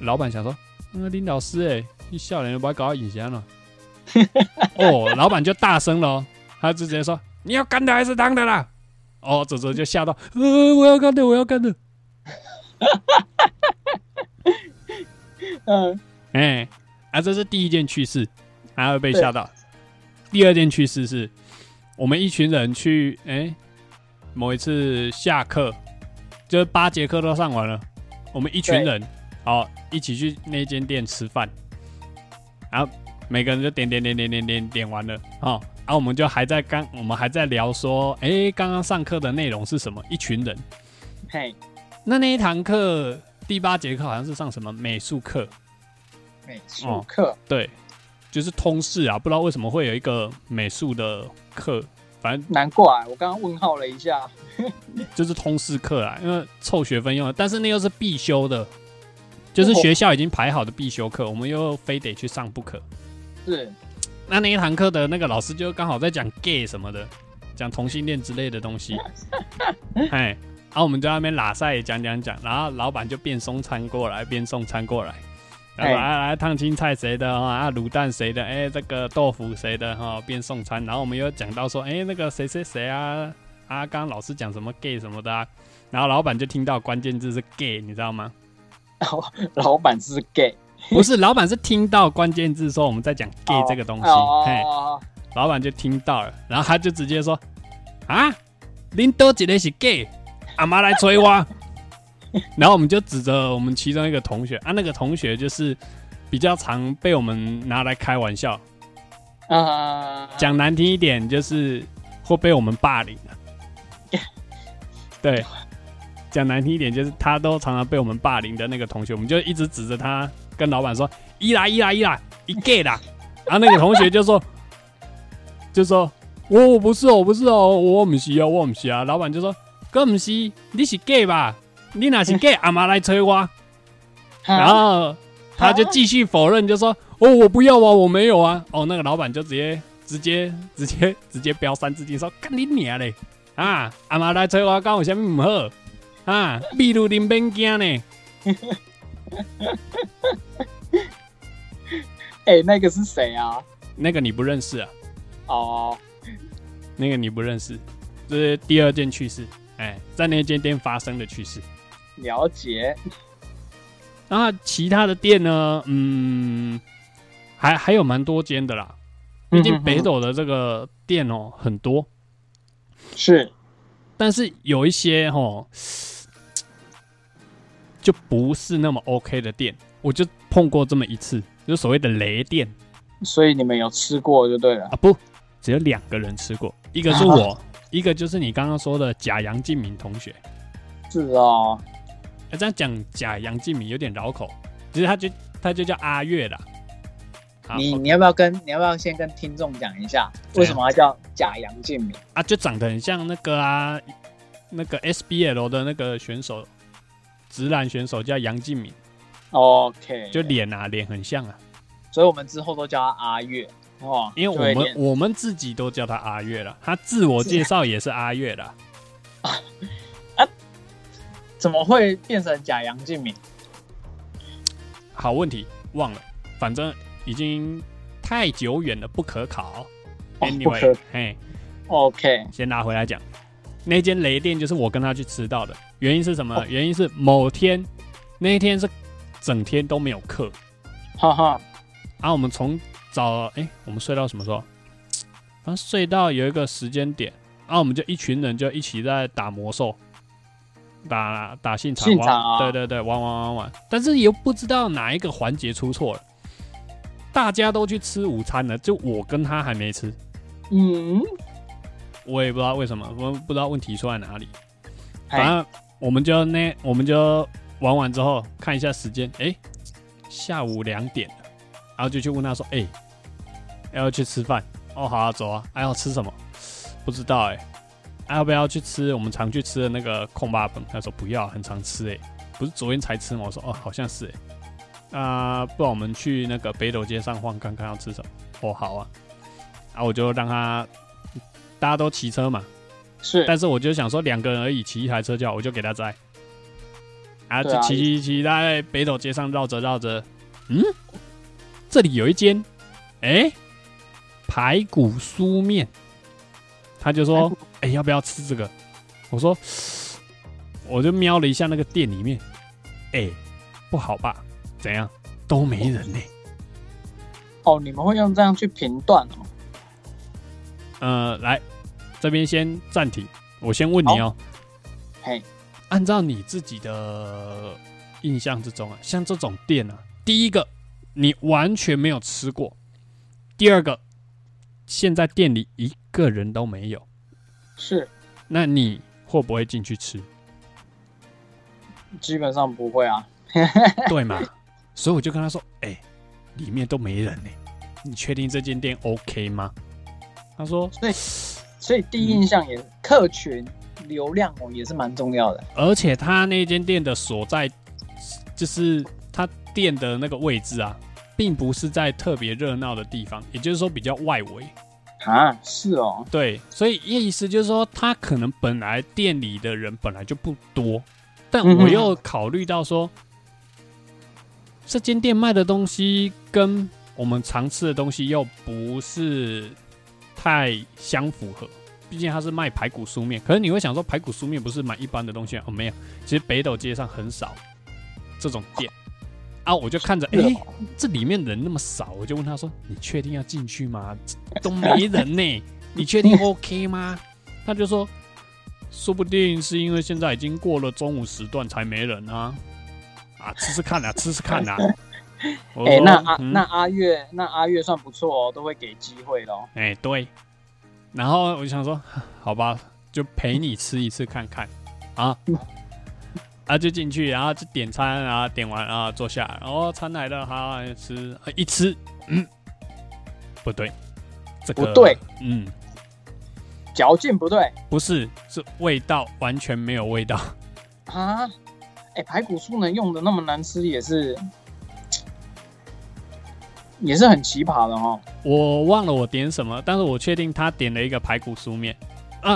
Speaker 1: 老板想说：“嗯，林老师、欸，哎，你笑脸把搞到隐形了。”啊 (laughs) 哦，老板就大声了、哦，他就直接说：“你要干的还是汤的啦？”哦，哲哲就吓到，呃，我要干的，我要干的。
Speaker 2: 嗯，
Speaker 1: 哎、啊，这是第一件趣事，还会被
Speaker 2: 对
Speaker 1: 吓到。第二件趣事是，我们一群人去，哎、某一次下课，就是八节课都上完了，我们一群人，好一起去那间店吃饭，然后每个人就点点点点点点点完了，哦，啊，我们就还在刚我们还在聊说，哎、刚刚上课的内容是什么？一群人，
Speaker 2: 嘿，
Speaker 1: 那那一堂课第八节课好像是上什么美术课，
Speaker 2: 美术课，
Speaker 1: 对，就是通识啊，不知道为什么会有一个美术的课，反正
Speaker 2: 难怪啊我刚刚问号了一下，
Speaker 1: 就是通识课啊，因为凑学分用的，但是那又是必修的，就是学校已经排好的必修课，我们又非得去上不可。
Speaker 2: 是 (laughs)
Speaker 1: 那那一堂课的那个老师就刚好在讲 gay 什么的，讲同性恋之类的东西，哎，然后我们就在那边拉塞讲讲讲，然后老板就边送餐过来边送餐过来，然后
Speaker 2: 哎
Speaker 1: 啊来烫青菜谁的哈啊卤蛋谁的，哎、这个豆腐谁的哈边送餐，然后我们又讲到说，哎、那个谁谁谁啊啊，刚刚老师讲什么 gay 什么的、啊，然后老板就听到关键字是 gay，你知道吗？
Speaker 2: 老板是 gay，
Speaker 1: 不是，老板是听到关键字说我们在讲 gay 这个东西，嘿。
Speaker 2: 哦，
Speaker 1: 老板就听到了，然后他就直接说：“啊，林多姐的是 gay，阿妈来催我。” (laughs) 然后我们就指着我们其中一个同学啊，那个同学就是比较常被我们拿来开玩笑，
Speaker 2: 啊，
Speaker 1: 讲难听一点就是会被我们霸凌啊。对，讲难听一点就是他都常常被我们霸凌的那个同学，我们就一直指着他跟老板说：“一啦一啦一啦，一 gay 啦。”然后那个同学就说：“就说我我不是哦，我不是哦，我唔是哦，我唔是啊。”老板就说：“哥唔是，你是 gay 吧？你哪是 gay？阿妈来催我。”然
Speaker 2: 啊
Speaker 1: 后他就继续否认，就说：“哦，我不要啊，我没有啊。”哦，那个老板就直接直接直接直接标三字经说：“干你娘嘞！啊，阿妈来催我讲有啥物唔好啊？秘鲁林边惊呢？
Speaker 2: 哎，那个是谁啊？
Speaker 1: 那个你不认识啊，
Speaker 2: 哦，
Speaker 1: 那个你不认识，这是第二件趣事。哎，在那间店发生的趣事。
Speaker 2: 了解，
Speaker 1: 然后其他的店呢，嗯，还还有蛮多间的啦。毕竟
Speaker 2: 嗯
Speaker 1: 北斗的这个店哦、很多，
Speaker 2: 嗯是
Speaker 1: 但是有一些吼，就不是那么 OK 的店，我就碰过这么一次，就是所谓的雷店
Speaker 2: 所以你们有吃过就对了。
Speaker 1: 啊，不，只有两个人吃过，一个是我，一个就是你刚刚说的假杨敬敏同学。
Speaker 2: 是哦，
Speaker 1: 啊，这样讲假杨敬敏有点绕口，其实他就他就叫阿月啦。啊
Speaker 2: 你你要不要跟你要不要先跟听众讲一下，为什么要叫假杨敬敏？
Speaker 1: 啊，就长得很像那个啊，那个 SBL 的那个选手，直男选手叫杨敬敏，
Speaker 2: OK，
Speaker 1: 就脸啊脸很像啊。
Speaker 2: 所以我们之后都叫他阿月哦，
Speaker 1: 因
Speaker 2: 就会
Speaker 1: 为我们
Speaker 2: 念
Speaker 1: 我们自己都叫他阿月了，他自我介绍也是阿月啦。
Speaker 2: 怎么会变成假杨敬敏？啊
Speaker 1: 好问题，忘了，反正已经太久远了，不可考。
Speaker 2: 哦不可
Speaker 1: Anyway，嘿，
Speaker 2: OK，
Speaker 1: 先拿回来讲，那间雷店就是我跟他去吃到的，原因是什
Speaker 2: 哦
Speaker 1: 么？原因是某天那一天是整天都没有课，
Speaker 2: 哈哈，
Speaker 1: 然后啊我们从早哎、我们睡到什么时候？反正睡到有一个时间点，然后我们就一群人就一起在打魔兽，打打信长，
Speaker 2: 信长
Speaker 1: 玩
Speaker 2: 啊
Speaker 1: 对对对，玩玩玩玩，但是又不知道哪一个环节出错了，大家都去吃午餐了，就我跟他还没吃，
Speaker 2: 嗯，
Speaker 1: 我也不知道为什么，我不知道问题出在哪里，
Speaker 2: 哎
Speaker 1: 反正我们就那我们就玩完之后看一下时间，哎、下午两点了，然后就去问他说，哎、要不要去吃饭？哦，好啊，走啊，还、要吃什么？不知道哎、啊要不要去吃我们常去吃的那个空巴粉？他说不要，很常吃哎、不是昨天才吃吗？我说哦，好像是哎、啊、不然我们去那个北斗街上晃，看看要吃什么。哦，好啊，啊，我就让他，大家都骑车嘛，
Speaker 2: 是
Speaker 1: 但是我就想说，两个人而已，骑一台车就好，我就给他载。啊，
Speaker 2: 对
Speaker 1: 就
Speaker 2: 啊
Speaker 1: 骑骑骑，在北斗街上绕着绕着，嗯，这里有一间，哎、排骨酥面。他就说
Speaker 2: 排骨：“
Speaker 1: 哎、要不要吃这个？”我说：“我就瞄了一下那个店里面，哎、不好吧？怎样？都没人呢、
Speaker 2: 哦，你们会用这样去评断哦。
Speaker 1: 呃，来这边先暂停，我先问你哦、
Speaker 2: 嘿，
Speaker 1: 按照你自己的印象之中啊，像这种店啊，第一个你完全没有吃过，第二个现在店里一个人都没有，
Speaker 2: 是
Speaker 1: 那你会不会进去吃？
Speaker 2: 基本上不会啊。
Speaker 1: 对嘛？所以我就跟他说：“哎、里面都没人呢、你确定这间店 OK 吗？”他说
Speaker 2: 所以第
Speaker 1: 嗯
Speaker 2: 一印象也、客群流量哦也是蛮重要的。：“
Speaker 1: 而且他那间店的所在，就是他店的那个位置啊，并不是在特别热闹的地方，也就是说比较外围。
Speaker 2: 啊，是哦，
Speaker 1: 对，所以意思就是说，他可能本来店里的人本来就不多，但我又考虑到说，这间店卖的东西跟我们常吃的东西又不是太相符合。毕竟它是卖排骨酥面，可是你会想说，排骨酥面不是买一般的东西啊？哦，没有，其实北斗街上很少这种店啊。我就看着，
Speaker 2: 是
Speaker 1: 诶。
Speaker 2: 哦
Speaker 1: 这里面人那么少，我就问他说：“你确定要进去吗？ (laughs) 这都没人呢、 (laughs) 你确定 OK 吗？”他就说：“说不定是因为现在已经过了中午时段才没人啊，啊，吃吃看啊，吃吃看啊。我就
Speaker 2: (laughs) 哎、
Speaker 1: 说”
Speaker 2: 那阿、
Speaker 1: 嗯
Speaker 2: 那阿月那阿月算不错哦，都会给机会咯。
Speaker 1: 哎、对，然后我就想说，好吧，就陪你吃一次看看啊，
Speaker 2: 嗯
Speaker 1: (laughs) 啊就进去，然后就点餐，然后点完啊坐下，然后餐来了，好吃，啊一吃，嗯，不对，这个
Speaker 2: 不对，
Speaker 1: 嗯，
Speaker 2: 嚼劲不对
Speaker 1: 不是，是味道完全没有味道，
Speaker 2: 啊，哎、排骨酥能用的那么难吃，也是也是很奇葩的哦。
Speaker 1: 我忘了我点什么，但是我确定他点了一个排骨酥面，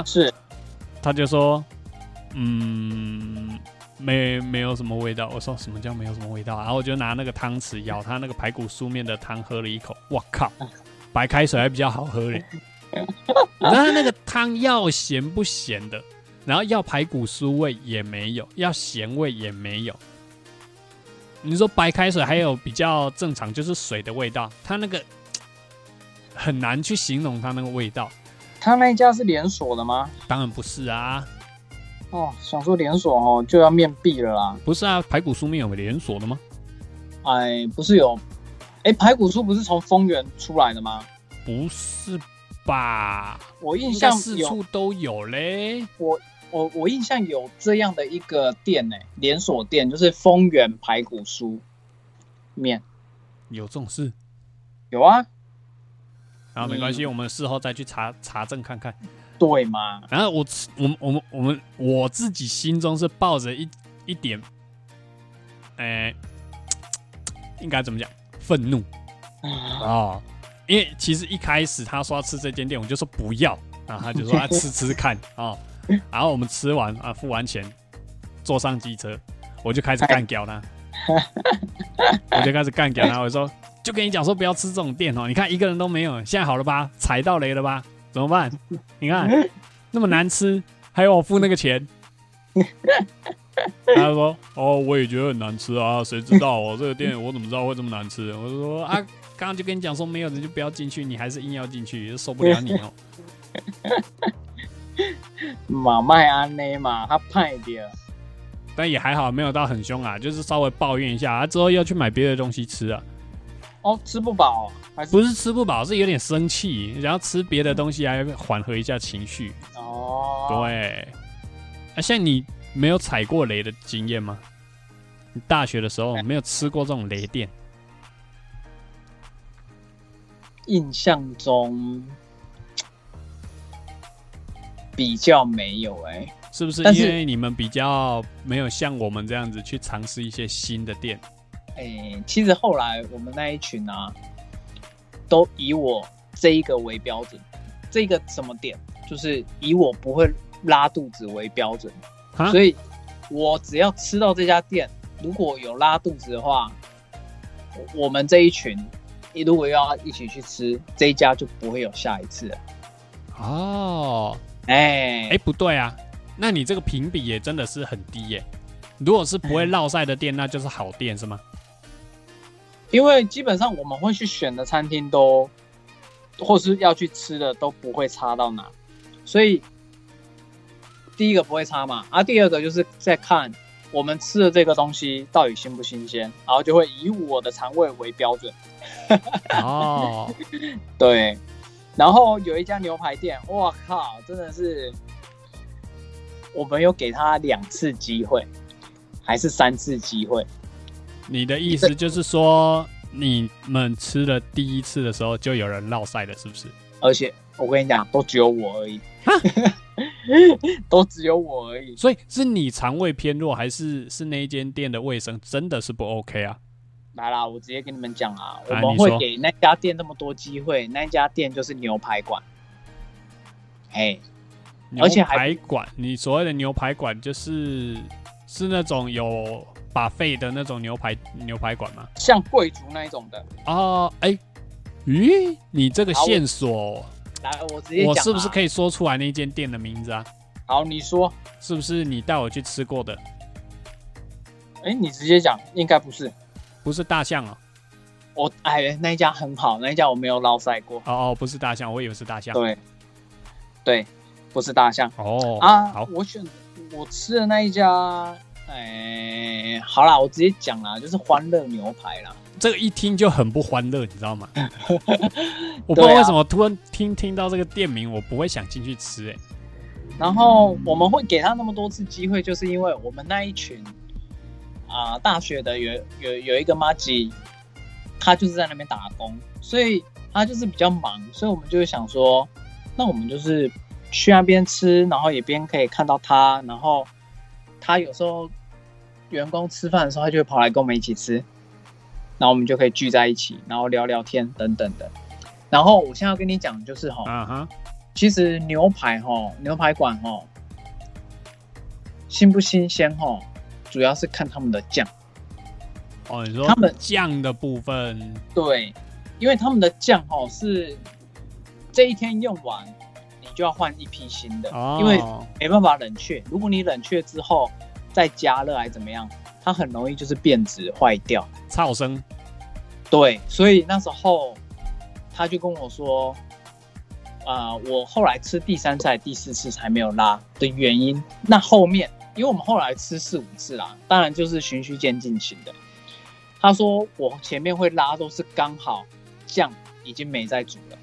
Speaker 2: 是
Speaker 1: 他就说，嗯，没没有什么味道。我说什么叫没有什么味道啊？然后我就拿那个汤匙舀他那个排骨酥面的汤喝了一口，我靠，白开水还比较好喝嘞。然后那个汤要咸不咸的，然后要排骨酥味也没有，要咸味也没有。你说白开水还有比较正常，就是水的味道，它那个很难去形容它那个味道。
Speaker 2: 他那一家是连锁的吗？
Speaker 1: 当然不是啊，
Speaker 2: 哦，想说连锁哦就要面壁了啦。
Speaker 1: 不是啊，排骨酥面有连锁的吗？
Speaker 2: 哎，不是有，哎、排骨酥不是从丰原出来的吗？
Speaker 1: 不是吧？
Speaker 2: 我印
Speaker 1: 应该
Speaker 2: 象
Speaker 1: 四
Speaker 2: 有，
Speaker 1: 处都有嘞。
Speaker 2: 我我印象有这样的一个店呢、连锁店就是丰原排骨酥面，
Speaker 1: 有这种事，
Speaker 2: 有啊，
Speaker 1: 然后没关系，
Speaker 2: 嗯
Speaker 1: 我们事后再去查查证看看。
Speaker 2: 对嘛？
Speaker 1: 然后我吃我们我们我们我自己心中是抱着一一点，哎、应该怎么讲？愤怒
Speaker 2: 啊
Speaker 1: 哦，因为其实一开始他说要吃这间店，我就说不要，然后他就说啊吃吃看啊、哦，然后我们吃完啊付完钱，坐上机车，我就开始干掉他，我就开始干掉他，我就说就跟你讲说不要吃这种店哦，你看一个人都没有，现在好了吧，踩到雷了吧，怎么办？你看那么难吃，还要我付那个钱。他就说：“哦，我也觉得很难吃啊，谁知道哦？这个店我怎么知道会这么难吃？”我就说：“啊，刚刚就跟你讲说没有人就不要进去，你还是硬要进去，受不了你哦。
Speaker 2: 嘛卖安内嘛，他派的，
Speaker 1: 但也还好，没有到很凶啊，就是稍微抱怨一下啊，之后要去买别的东西吃啊，
Speaker 2: 哦，吃不饱、哦、还是
Speaker 1: 不是吃不饱，是有点生气，然后吃别的东西来缓和一下情绪。
Speaker 2: 哦，
Speaker 1: 对，啊，像你没有踩过雷的经验吗？你大学的时候没有吃过这种雷店，
Speaker 2: 印象中比较没有哎、
Speaker 1: 是不是？
Speaker 2: 但是
Speaker 1: 因为你们比较没有像我们这样子去尝试一些新的店，
Speaker 2: 诶、哎其实后来我们那一群啊，都以我这一个为标准，这个什么点，就是以我不会拉肚子为标准，
Speaker 1: 哈
Speaker 2: 所以我只要吃到这家店，如果有拉肚子的话，我我们这一群，你如果要一起去吃这一家，就不会有下一次了。
Speaker 1: 哦，
Speaker 2: 哎、
Speaker 1: 哎、不对啊，那你这个评比也真的是很低耶、如果是不
Speaker 2: 哎
Speaker 1: 会落赛的店，那就是好店是吗？
Speaker 2: (laughs) 因为基本上我们会去选的餐厅都，或是要去吃的都不会差到哪，所以第一个不会差嘛，啊，第二个就是在看我们吃的这个东西到底新不新鲜，然后就会以我的肠胃为标准，
Speaker 1: 哦，
Speaker 2: 对，然后有一家牛排店，哇靠，真的是，我们有给他两次机会，还是三次机会，
Speaker 1: 你的意思就是说，你们吃了第一次的时候就有人落塞了，是不是？
Speaker 2: 而且我跟你讲，都只有我而已， (laughs) 都只有我而已。
Speaker 1: 所以是你肠胃偏弱，还是是那一间店的卫生真的是不 OK 啊？
Speaker 2: 来啦，我直接跟你们讲啊，我
Speaker 1: 来
Speaker 2: 们
Speaker 1: 你说
Speaker 2: 会给那家店那么多机会，那家店就是牛排馆。哎，
Speaker 1: 牛
Speaker 2: 而且还
Speaker 1: 排馆，你所谓的牛排馆就是是那种有把肺的那种牛排牛排馆吗？
Speaker 2: 像贵族那一种的，
Speaker 1: 哦，哎、咦，你这个
Speaker 2: 好我
Speaker 1: 线索，
Speaker 2: 来，我直接讲、
Speaker 1: 我
Speaker 2: 啊，
Speaker 1: 是不是可
Speaker 2: 以？
Speaker 1: 以说出来那间店的名字啊？
Speaker 2: 好，你说，
Speaker 1: 是不是你带我去吃过的？
Speaker 2: 哎，你直接讲，应该不是。
Speaker 1: 不是大象哦，
Speaker 2: 我哎，那一家很好，那一家我没有捞晒过。
Speaker 1: 哦哦，不是大象，我以为是大象。
Speaker 2: 对，对，不是大象
Speaker 1: 哦，
Speaker 2: 啊
Speaker 1: 好。，
Speaker 2: 我选我吃的那一家，哎、好啦，我直接讲啦，就是欢乐牛排啦。
Speaker 1: 这个一听就很不欢乐，你知道 (laughs) 吗？我不知道为什么突然听听到这个店名，我不会想进去吃、欸。
Speaker 2: 然后我们会给他那么多次机会，就是因为我们那一群啊、大学的有有有一个妈吉，他就是在那边打工，所以他就是比较忙，所以我们就会想说，那我们就是去那边吃，然后也边可以看到他，然后他有时候员工吃饭的时候，他就会跑来跟我们一起吃，然后我们就可以聚在一起，然后聊聊天等等的。然后我现在要跟你讲，就是吼，
Speaker 1: 啊哈，
Speaker 2: 其实牛排吼，牛排馆吼，新不新鲜吼，主要是看他们的酱。
Speaker 1: 哦，你说
Speaker 2: 他们
Speaker 1: 酱的部分，
Speaker 2: 对，因为他们的酱吼是这一天用完，你就要换一批新的，
Speaker 1: 哦，
Speaker 2: 因为没办法冷却。如果你冷却之后再加热还怎么样，它很容易就是变质坏掉。
Speaker 1: 噪声
Speaker 2: 对，所以那时候他就跟我说，啊、我后来吃第三次、还是第四次才没有拉的原因。那后面，因为我们后来吃四五次啦，当然就是循序渐进型的。他说我前面会拉都是刚好酱已经没在煮了，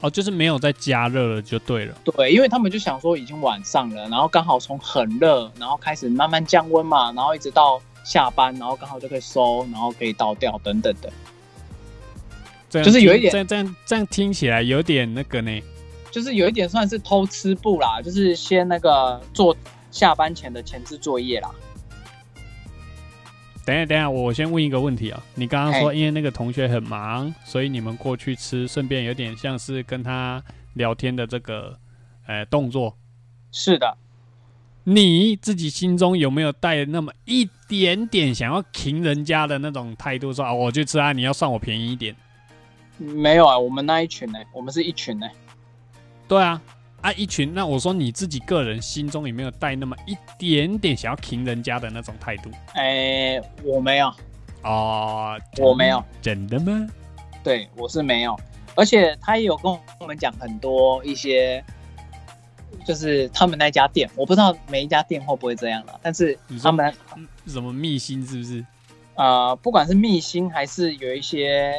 Speaker 1: 哦，就是没有再加热了就对了。
Speaker 2: 对，因为他们就想说已经晚上了，然后刚好从很热，然后开始慢慢降温嘛，然后一直到下班，然后刚好就可以收，然后可以倒掉等等的，
Speaker 1: 这样
Speaker 2: 就是有一点
Speaker 1: 这样这样这样听起来有点那个呢。
Speaker 2: 就是有一点算是偷吃步啦，就是先那个做下班前的前置作业啦。
Speaker 1: 等一下等一下，我先问一个问题啊，你刚
Speaker 2: 哎
Speaker 1: 刚说因为那个同学很忙，所以你们过去吃，顺便有点像是跟他聊天的这个呃动作，
Speaker 2: 是的，
Speaker 1: 你自己心中有没有带那么一点点想要擒人家的那种态度说啊，我去吃啊，你要算我便宜一点？
Speaker 2: 没有啊、我们那一群呢、我们是一群呢、
Speaker 1: 对啊，啊一群，那我说你自己个人心中有没有带那么一点点想要擒人家的那种态度？
Speaker 2: 哎、我没有，
Speaker 1: 哦，
Speaker 2: 我没有，
Speaker 1: 真的吗？
Speaker 2: 对我是没有，而且他也有跟我们讲很多一些，就是他们那家店，我不知道每一家店会不会这样了，但是
Speaker 1: 你说
Speaker 2: 他们
Speaker 1: 嗯什么秘辛是不是？
Speaker 2: 呃，不管是秘辛还是有一些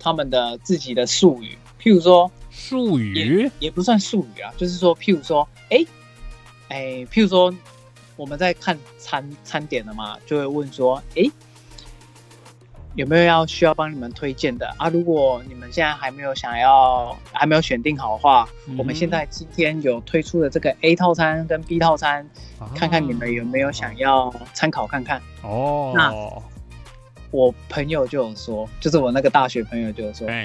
Speaker 2: 他们的自己的术语，譬如说。
Speaker 1: 术语
Speaker 2: 也不算术语啊，就是说，譬如说，哎、哎、譬如说，我们在看餐餐点的嘛，就会问说，哎、有没有要需要帮你们推荐的啊？如果你们现在还没有想要，还没有选定好的话，
Speaker 1: 嗯
Speaker 2: 我们现在今天有推出的这个 A 套餐跟 B 套餐，
Speaker 1: 啊
Speaker 2: 看看你们有没有想要参考看看。
Speaker 1: 哦，
Speaker 2: 我朋友就有说，就是我那个大学朋友就有说，
Speaker 1: 哎、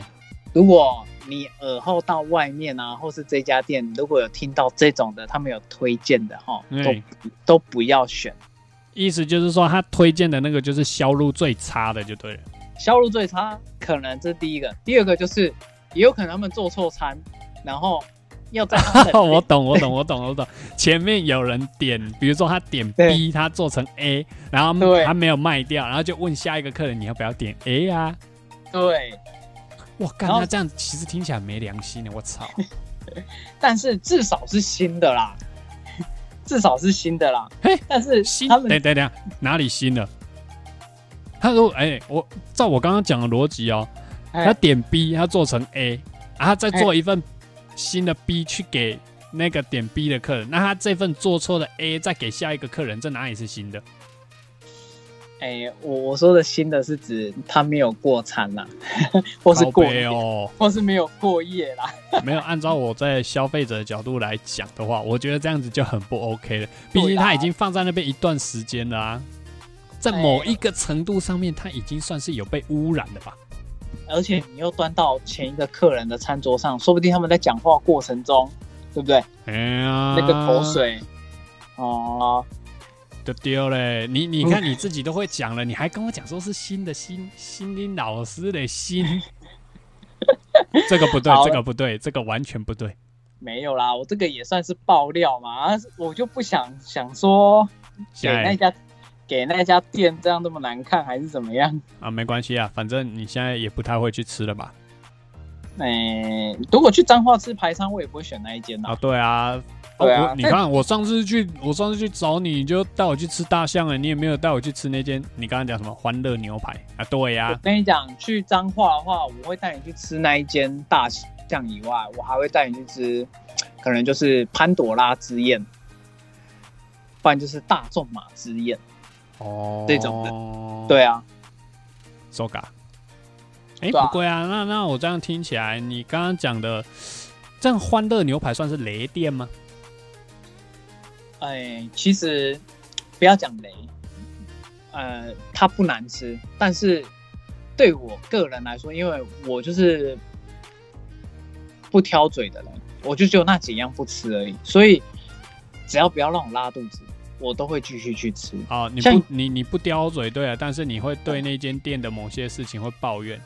Speaker 2: 如果你耳后到外面啊，或是这家店如果有听到这种的，他们有推荐的哈，
Speaker 1: 嗯
Speaker 2: 都都不要选，
Speaker 1: 意思就是说他推荐的那个就是销路最差的就对了。
Speaker 2: 销路最差，可能这是第一个，第二个就是也有可能他们做错餐，然后要在他们
Speaker 1: (laughs) 哦我懂，我懂，我懂，我懂。前面有人点，比如说他点
Speaker 2: 对
Speaker 1: B，他做成 A，然后
Speaker 2: 对
Speaker 1: 他没有卖掉，然后就问下一个客人你要不要点 A 啊？
Speaker 2: 对，
Speaker 1: 我干，
Speaker 2: 然后
Speaker 1: 那这样其实听起来很没良心的，我操！
Speaker 2: 但是至少是新的啦，至少是新的啦
Speaker 1: 嘿，
Speaker 2: 但是
Speaker 1: 新
Speaker 2: 他
Speaker 1: 等
Speaker 2: 们
Speaker 1: 等等一下，哪里新了？他说：“哎、我照我刚刚讲的逻辑哦，
Speaker 2: 哎
Speaker 1: 他点 B，他做成 A，啊，然后再做一份新
Speaker 2: 哎
Speaker 1: 的 B 去给那个点 B 的客人，那他这份做错的 A 再给下一个客人，这哪里是新的？
Speaker 2: 哎、我我说的新的是指他没有过餐啦， (laughs) 或是
Speaker 1: 靠
Speaker 2: 过
Speaker 1: 北
Speaker 2: 夜
Speaker 1: 哦，
Speaker 2: 或是没有过夜啦。
Speaker 1: 没有按照我在消费者的角度来讲的话，我觉得这样子就很不 OK 了。毕
Speaker 2: 啊
Speaker 1: 竟他已经放在那边一段时间了啊，在
Speaker 2: 哎
Speaker 1: 某一个程度上面，他已经算是有被污染了吧？
Speaker 2: 而且你又端到前一个客人的餐桌上，说不定他们在讲话过程中，对不对？
Speaker 1: 哎呀，
Speaker 2: 那个口水，哦、
Speaker 1: 就丢嘞！你你
Speaker 2: 嗯
Speaker 1: 看你自己都会讲了，你还跟我讲说是新的新新林老师的
Speaker 2: (laughs)
Speaker 1: 新，这个不对，
Speaker 2: 好了
Speaker 1: 这个不对，这个完全不对。
Speaker 2: 没有啦，我这个也算是爆料嘛，啊我就不想想说给
Speaker 1: 下
Speaker 2: 那
Speaker 1: 来
Speaker 2: 家给那家店这样那么难看，还是怎么样？
Speaker 1: 啊，没关系啊，反正你现在也不太会去吃了吧？
Speaker 2: 哎、如果去彰化吃排餐，我也不会选那一间啦。
Speaker 1: 啊，对啊，哦
Speaker 2: 对啊
Speaker 1: 我你
Speaker 2: 但
Speaker 1: 看我上次去，我上次去找你，你就带我去吃大象了，你也没有带我去吃那间，你刚刚讲什么欢乐牛排啊？对呀、
Speaker 2: 我跟你讲，去彰化的话，我会带你去吃那一间大象以外，我还会带你去吃，可能就是潘朵拉之宴，不然就是大众马之宴。
Speaker 1: 哦，
Speaker 2: 这种
Speaker 1: 的，
Speaker 2: 对啊，
Speaker 1: ，so ga。哎，
Speaker 2: 对啊
Speaker 1: 不贵啊，那那我这样听起来，你刚刚讲的，这样欢乐牛排算是雷店吗？
Speaker 2: 哎，其实不要讲雷，呃，它不难吃，但是对我个人来说，因为我就是不挑嘴的人，我就只有那几样不吃而已，所以只要不要让我拉肚子，我都会继续去吃。
Speaker 1: 哦，你
Speaker 2: 像
Speaker 1: 不你你不叼嘴对啊，但是你会对那间店的某些事情会抱
Speaker 2: (laughs)
Speaker 1: 怨。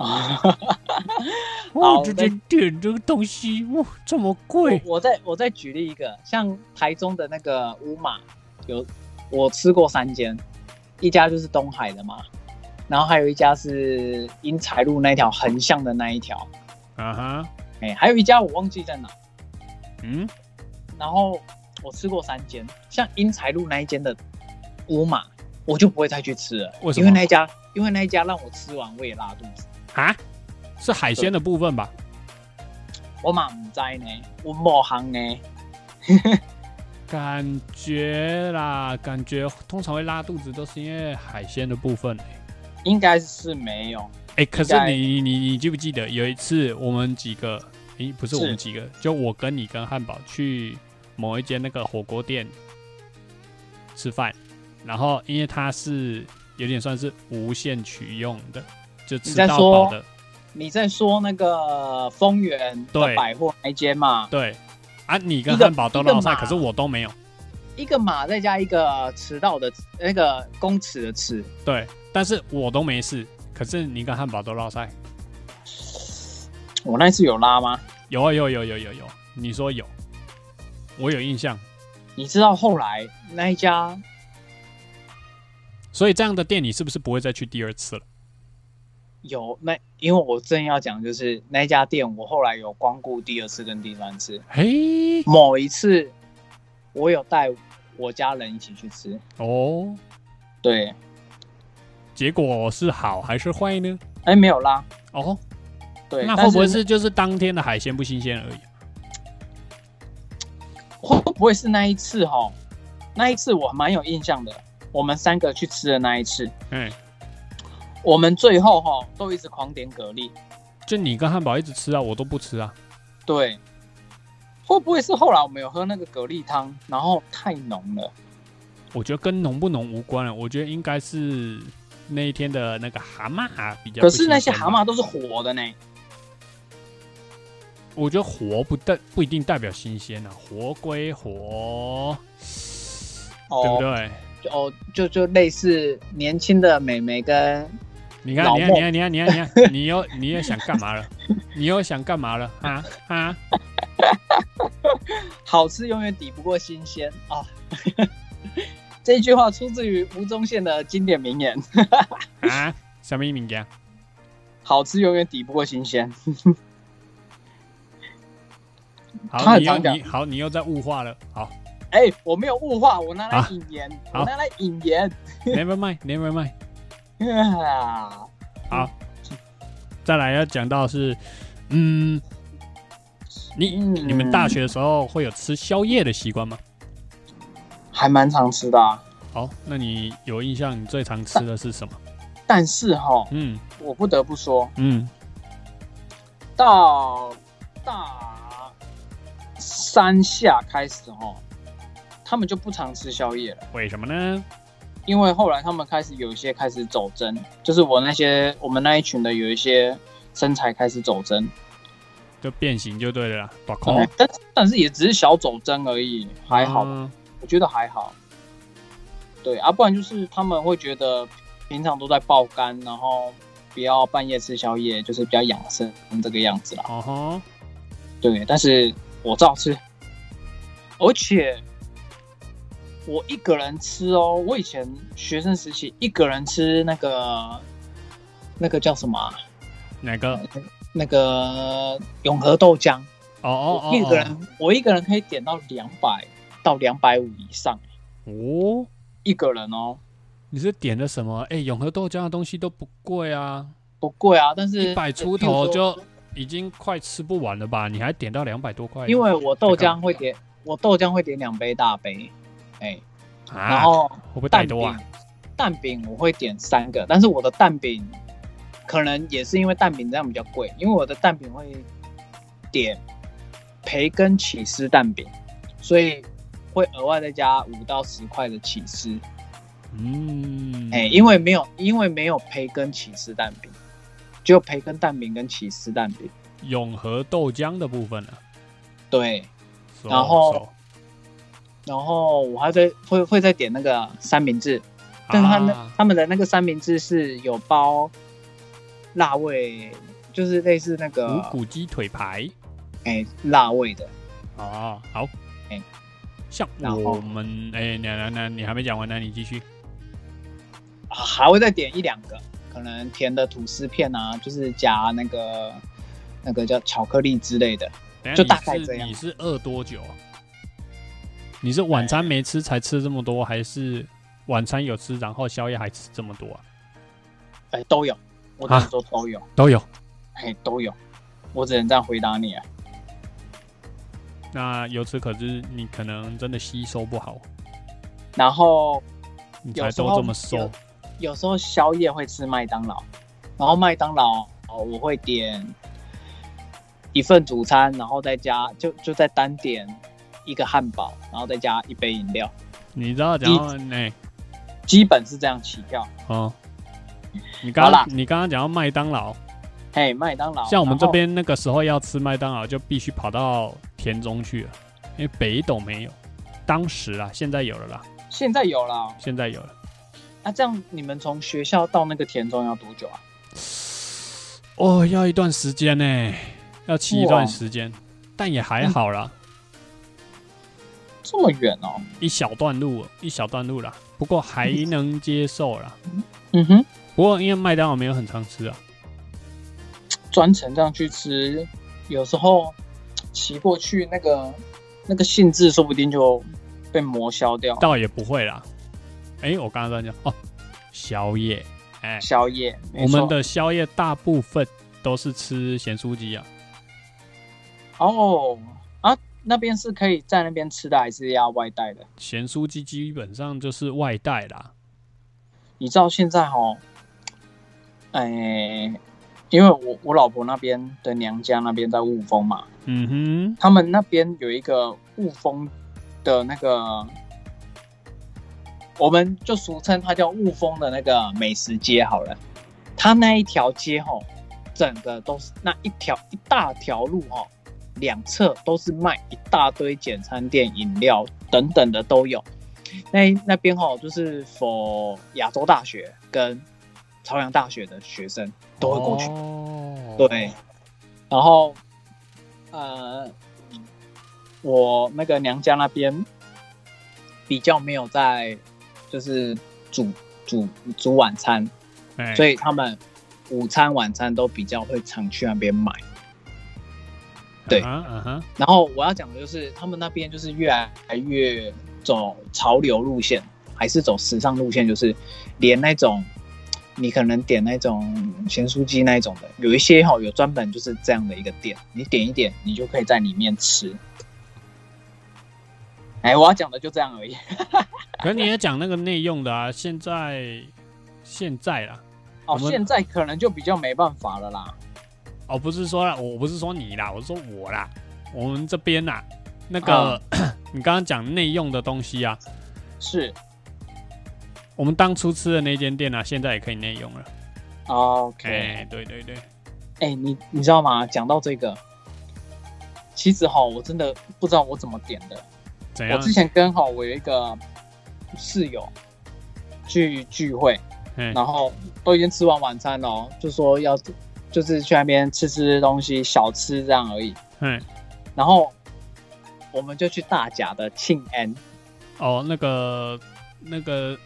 Speaker 2: 啊，
Speaker 1: 哦
Speaker 2: 好，
Speaker 1: 这
Speaker 2: 那
Speaker 1: 间店这个东西哇这么贵
Speaker 2: 我，我再我再举例一个，像台中的那个乌马，有我吃过三间，一家就是东海的嘛，然后还有一家是英才路那一条横向的那一条，
Speaker 1: 啊哈，
Speaker 2: 哎、还有一家我忘记在哪，
Speaker 1: 嗯，
Speaker 2: 然后我吃过三间，像英才路那一间的乌马，我就不会再去吃了，
Speaker 1: 为什
Speaker 2: 因
Speaker 1: 么
Speaker 2: 为那一家因为那一家让我吃完我也拉肚子，
Speaker 1: 啊，是海鲜的部分吧？
Speaker 2: 我嘛唔知呢，我冇行呢，
Speaker 1: 感觉啦，感觉通常会拉肚子都是因为海鲜的部分、欸。
Speaker 2: 应该是没有，
Speaker 1: 哎、可是
Speaker 2: 应该
Speaker 1: 你你你记不记得有一次我们几个，诶、不是
Speaker 2: 是
Speaker 1: 我们几个，就我跟你跟汉堡去某一间那个火锅店吃饭，然后因为它是有点算是无限取用的，就吃
Speaker 2: 你在
Speaker 1: 到
Speaker 2: 说
Speaker 1: 饱的，
Speaker 2: 你在说那个丰原
Speaker 1: 对
Speaker 2: 的百货那一间嘛？
Speaker 1: 对。啊，你跟
Speaker 2: 一个
Speaker 1: 汉堡都落
Speaker 2: 一
Speaker 1: 赛，
Speaker 2: 个码
Speaker 1: 可是我都没有。
Speaker 2: 一个码再加一个迟到的那个公尺的尺，
Speaker 1: 对，但是我都没事，可是你跟汉堡都落赛。
Speaker 2: 我那次有拉吗？
Speaker 1: 有啊有有有有有，你说有，我有印象。
Speaker 2: 你知道后来那一家
Speaker 1: 所以这样的店你是不是不会再去第二次了？
Speaker 2: 有那，因为我正要讲就是那一家店，我后来有光顾第二次跟第三次。
Speaker 1: 嘿，
Speaker 2: 某一次，我有带我家人一起去吃，
Speaker 1: 哦，
Speaker 2: 对，
Speaker 1: 结果是好还是坏呢？
Speaker 2: 哎，没有拉，
Speaker 1: 哦，
Speaker 2: 对，
Speaker 1: 那
Speaker 2: 但
Speaker 1: 会不会是就是当天的海鲜不新鲜而已？
Speaker 2: 会不会是那一次哈？那一次我蛮有印象的，我们三个去吃的那一次，
Speaker 1: 哎，
Speaker 2: 我们最后哈都一直狂点蛤蜊，
Speaker 1: 就你跟汉堡一直吃啊，我都不吃啊。
Speaker 2: 对，会不会是后来我们有喝那个蛤蜊汤，然后太浓了？
Speaker 1: 我觉得跟浓不浓无关了，我觉得应该是那一天的那个蛤蟆啊比较。
Speaker 2: 可是那些蛤，蟆都是活的呢，
Speaker 1: 我觉得活不代不一定代表新鲜啊，活归活，对不
Speaker 2: 哦，
Speaker 1: 对？
Speaker 2: 就哦，就就类似年轻的美眉跟
Speaker 1: 你看，
Speaker 2: 老
Speaker 1: 你看，
Speaker 2: 孟
Speaker 1: 你看，你看，你看，你看，你又你又想干嘛了？你又想干嘛了？啊啊！
Speaker 2: 好吃永远抵不过新鲜啊。 (laughs) 这一句话出自于吴宗宪的经典名言：
Speaker 1: 啊，什么名家？
Speaker 2: 好吃永远抵不过新鲜。他
Speaker 1: 好，
Speaker 2: 很
Speaker 1: 你又
Speaker 2: 常讲
Speaker 1: 你好，你又在物化了。好
Speaker 2: 哎、我没有物化，我拿来
Speaker 1: 啊
Speaker 2: 引言，
Speaker 1: 好
Speaker 2: 我拿来引言。 (laughs)
Speaker 1: ，Never mind，Never mind。 (laughs)
Speaker 2: 啊
Speaker 1: 再来要讲到是，嗯，你
Speaker 2: 嗯
Speaker 1: 你们大学的时候会有吃宵夜的习惯吗？
Speaker 2: 还蛮常吃的、啊。
Speaker 1: 好，那你有印象你最常吃的是什么？
Speaker 2: 但是哈，
Speaker 1: 嗯
Speaker 2: 我不得不说，
Speaker 1: 嗯，
Speaker 2: 到大三下开始哦，他们就不常吃宵夜了，
Speaker 1: 为什么呢？
Speaker 2: 因为后来他们开始有一些开始走针，就是我那些我们那一群的有一些身材开始走针，
Speaker 1: 就变形就对了啦，把空
Speaker 2: 但但是也只是小走针而已，哦还
Speaker 1: 哦
Speaker 2: 好，
Speaker 1: 嗯
Speaker 2: 我觉得还好。对啊，不然就是他们会觉得平常都在爆肝，然后不要半夜吃宵夜，就是比较养生这个样子啦。
Speaker 1: 哦吼，
Speaker 2: 对，但是我照吃，而且我一个人吃哦。我以前学生时期一个人吃那个那个叫什么啊、
Speaker 1: 哪个？哦
Speaker 2: 那个永和豆浆，
Speaker 1: 哦哦，
Speaker 2: 我一个人我一个人可以点到两百到两百五以上，
Speaker 1: 哦，
Speaker 2: 一个人哦
Speaker 1: 你是点的什么？哎、永和豆浆的东西都不贵啊，
Speaker 2: 不贵啊，但是
Speaker 1: 一百出头就已经快吃不完了吧？你还点到两百多块？
Speaker 2: 因为我豆浆会点，我豆浆会点两杯大杯，哎、
Speaker 1: 啊，
Speaker 2: 然后
Speaker 1: 会不会太
Speaker 2: 蛋
Speaker 1: 多啊
Speaker 2: 饼？，蛋饼我会点三个，但是我的蛋饼可能也是因为蛋饼这样比较贵，因为我的蛋饼会点培根起司蛋饼，所以会额外再加五到十块的起司。
Speaker 1: 嗯，
Speaker 2: 哎、因为没有，因为没有培根起司蛋饼，只有培根蛋饼跟起司蛋饼。
Speaker 1: 永和豆浆的部分啊，
Speaker 2: 对，
Speaker 1: 熟
Speaker 2: 然后
Speaker 1: 熟
Speaker 2: 然后我还在会会再点那个三明治，但是他们、
Speaker 1: 啊
Speaker 2: 他们的那个三明治是有包辣味，就是类似那个
Speaker 1: 五谷鸡腿排
Speaker 2: 哎、辣味的。
Speaker 1: 啊，好，
Speaker 2: 哎
Speaker 1: 像
Speaker 2: 然后
Speaker 1: 我们哎，那那那你还没讲完呢，你继续。
Speaker 2: 啊还会再点一两个，可能甜的吐司片啊，就是夹那个那个叫巧克力之类的。
Speaker 1: 等一下
Speaker 2: 就
Speaker 1: 你
Speaker 2: 大概
Speaker 1: 是
Speaker 2: 这样
Speaker 1: 你是饿多久啊？你是晚餐没吃才吃这么多，还是晚餐有吃，然后宵夜还吃这么多啊？
Speaker 2: 哎、都有，我只能说都有，
Speaker 1: 都有。
Speaker 2: 哎、都有，我只能这样回答你啊。
Speaker 1: 那由此可知，你可能真的吸收不好，
Speaker 2: 然后
Speaker 1: 你才
Speaker 2: 有时
Speaker 1: 都
Speaker 2: 候
Speaker 1: 这么瘦
Speaker 2: 有。有时候宵夜会吃麦当劳，然后麦当劳哦，我会点一份主餐，然后再加就就再单点一个汉堡，然后再加一杯饮料，
Speaker 1: 你知道讲到哎、
Speaker 2: 基本是这样起跳。
Speaker 1: 哦，你
Speaker 2: 好啦
Speaker 1: 刚你刚刚讲到麦当劳，
Speaker 2: 嘿，麦当劳，
Speaker 1: 像我们
Speaker 2: 然后
Speaker 1: 这边那个时候要吃麦当劳，就必须跑到田中去了，因为北斗没有。当时啊，现在有了啦，
Speaker 2: 现在有了。
Speaker 1: 现在有了。
Speaker 2: 那、这样你们从学校到那个田中要多久啊？
Speaker 1: 哦，要一段时间呢、要骑一
Speaker 2: 哇
Speaker 1: 段时间，但也还好啦，
Speaker 2: 这么远哦。
Speaker 1: 一小段路，一小段路啦，不过还能接受啦。
Speaker 2: 嗯哼，
Speaker 1: 不过因为麦当劳没有很常吃啊，
Speaker 2: 专程这样去吃，有时候骑过去那个那个兴致说不定就被磨消掉。
Speaker 1: 倒也不会啦。哎、我刚刚在讲哦，宵夜，哎、
Speaker 2: 宵夜，没
Speaker 1: 我
Speaker 2: 错
Speaker 1: 们的宵夜大部分都是吃咸酥鸡啊，
Speaker 2: 哦啊，那边是可以在那边吃的，还是要外带的？
Speaker 1: 咸酥鸡基本上就是外带啦。
Speaker 2: 你知道现在哦，哎、因为我我老婆那边的娘家那边在雾峰嘛，
Speaker 1: 嗯
Speaker 2: 他们那边有一个雾峰的那个，我们就俗称它叫雾峰的那个美食街好了。它那一条街吼，整个都是那一条一大条路哦，两侧都是卖一大堆简餐店、饮料等等的都有。那那边吼就是否亚洲大学跟朝阳大学的学生
Speaker 1: 哼，
Speaker 2: 都会过去。
Speaker 1: 哦，
Speaker 2: 对，然后呃，我那个娘家那边比较没有在就是煮煮煮晚餐，
Speaker 1: 哎
Speaker 2: 所以他们午餐晚餐都比较会常去那边买。对
Speaker 1: 啊哈啊哈，
Speaker 2: 然后我要讲的就是他们那边就是越来越走潮流路线，还是走时尚路线，就是连那种你可能点那种咸酥鸡那一种的，有一些哈、有专门就是这样的一个店，你点一点，你就可以在里面吃。哎，我要讲的就这样而已。
Speaker 1: 可是你也讲那个内用的啊，现在现在啦，我
Speaker 2: 哦，
Speaker 1: 们
Speaker 2: 现在可能就比较没办法了啦。
Speaker 1: 哦，不是说啦，我不是说你啦，我是说我啦，我们这边啦，那个、
Speaker 2: 啊
Speaker 1: (coughs) 你刚刚讲内用的东西啊，
Speaker 2: 是
Speaker 1: 我们当初吃的那间店啊，现在也可以内用了。
Speaker 2: 啊，OK。
Speaker 1: 哎、对对对，
Speaker 2: 哎、你你知道吗？讲到这个，其实哈，我真的不知道我怎么点的。
Speaker 1: 怎
Speaker 2: 我
Speaker 1: 样
Speaker 2: 之？前跟哈我有一个室友去聚会，
Speaker 1: 哎
Speaker 2: 然后都已经吃完晚餐了哦，就说要就是去那边吃吃东西，小吃这样而已。
Speaker 1: 哎，
Speaker 2: 然后我们就去大甲的庆安，
Speaker 1: 哦，那个那个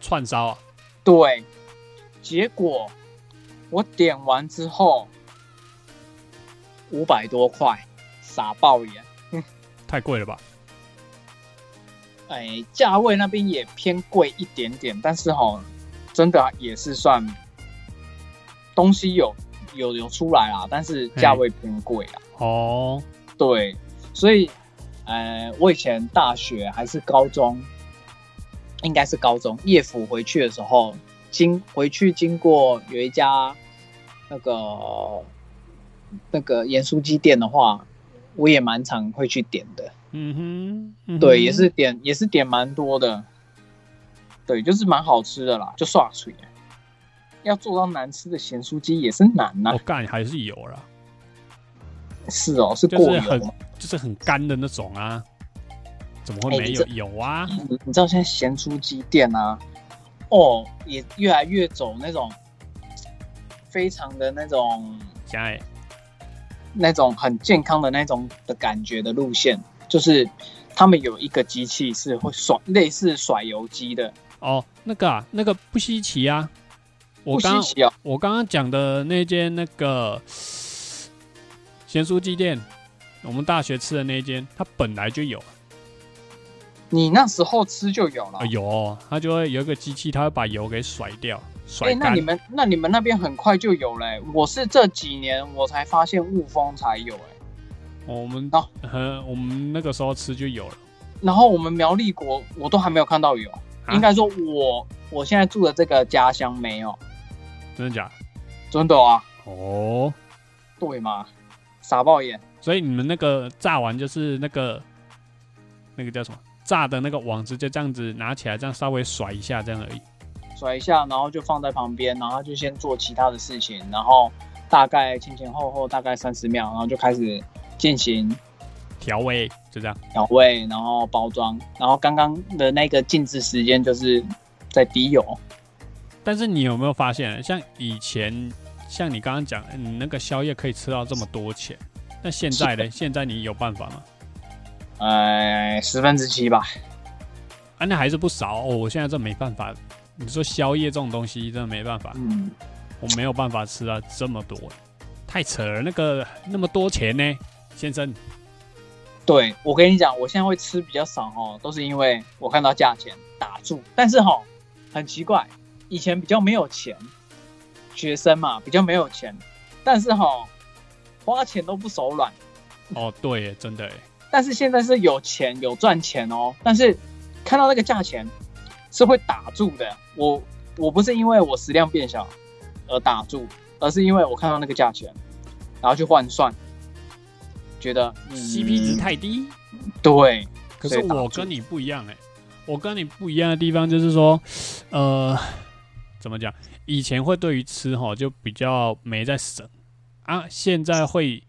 Speaker 1: 串烧啊，
Speaker 2: 对，结果我点完之后五百多块，傻爆眼。
Speaker 1: 太贵了吧？
Speaker 2: 哎，价位那边也偏贵一点点，但是哈，真的也是算东西有有有出来啊，但是价位偏贵啊。
Speaker 1: 哦，
Speaker 2: 对，所以呃，我以前大学还是高中，应该是高中夜辅回去的时候，经回去经过有一家那个那个盐酥鸡店的话，我也蛮常会去点的。
Speaker 1: 嗯哼，嗯哼
Speaker 2: 对，也是点也是点蛮多的，对，就是蛮好吃的啦，就刷嘴。啊要做到难吃的咸酥鸡也是难呐、
Speaker 1: 我哦干、还是有啦，
Speaker 2: 是哦，是
Speaker 1: 就
Speaker 2: 过
Speaker 1: 是
Speaker 2: 油
Speaker 1: 很
Speaker 2: 嘛。
Speaker 1: 就是很干的那种啊，怎么会
Speaker 2: 哎
Speaker 1: 没
Speaker 2: 你
Speaker 1: 有？
Speaker 2: 这
Speaker 1: 有啊，
Speaker 2: 你你知道现在咸酥鸡店啊，哦，也越来越走那种非常的那种
Speaker 1: 现在
Speaker 2: 那种很健康的那种的感觉的路线，就是他们有一个机器是会甩类似甩油机的，
Speaker 1: 哦，那个啊，那个不稀奇啊。我
Speaker 2: 不稀
Speaker 1: 刚
Speaker 2: 奇哦。
Speaker 1: 我刚刚讲的那间那个咸酥鸡店，我们大学吃的那间，它本来就有啊、
Speaker 2: 你那时候吃就有了，
Speaker 1: 有哦、它就会有一个机器，它会把油给甩掉，
Speaker 2: 哎、
Speaker 1: 甩
Speaker 2: 那
Speaker 1: 干
Speaker 2: 你。们那你们那边很快就有嘞、我是这几年我才发现雾峰才有哎、
Speaker 1: 我们
Speaker 2: 哦
Speaker 1: 呃，我们那个时候吃就有了。
Speaker 2: 然后我们苗栗国我都还没有看到有，
Speaker 1: 啊
Speaker 2: 应该说我我现在住的这个家乡没有，
Speaker 1: 真的假
Speaker 2: 真的啊，
Speaker 1: 的？哦，
Speaker 2: 对吗？傻爆眼，
Speaker 1: 所以你们那个炸完就是那个那个叫什么炸的那个网直接这样子拿起来，这样稍微甩一下这样而已。
Speaker 2: 甩一下，然后就放在旁边，然后就先做其他的事情，然后大概前前后后大概三十秒，然后就开始进行
Speaker 1: 调味就这样。
Speaker 2: 调味，然后包装，然后刚刚的那个静置时间就是在滴油，
Speaker 1: 但是你有没有发现，像以前，像你刚刚讲，你那个宵夜可以吃到这么多钱，那现在呢？现在你有办法吗？
Speaker 2: 呃，十分之七吧。
Speaker 1: 啊，那还是不少哦。我现在这没办法。你说宵夜这种东西真的没办法，
Speaker 2: 嗯，
Speaker 1: 我没有办法吃到这么多，太扯了。那个那么多钱呢，先生？
Speaker 2: 对，我跟你讲，我现在会吃比较少哦，都是因为我看到价钱打住。但是哈、很奇怪，以前比较没有钱，学生嘛比较没有钱，但是哈、花钱都不手软。
Speaker 1: 哦，对耶，真的耶，
Speaker 2: 但是现在是有钱有赚钱哦，但是看到那个价钱是会打住的。我我不是因为我食量变小而打住，而是因为我看到那个价钱，然后去换算，觉得、嗯、
Speaker 1: ，CP 值太低。
Speaker 2: 对。
Speaker 1: 可是
Speaker 2: 所以打
Speaker 1: 我
Speaker 2: 住
Speaker 1: 跟你不一样哎、我跟你不一样的地方就是说，呃，怎么讲？以前会对于吃哈就比较没在省啊，现在会，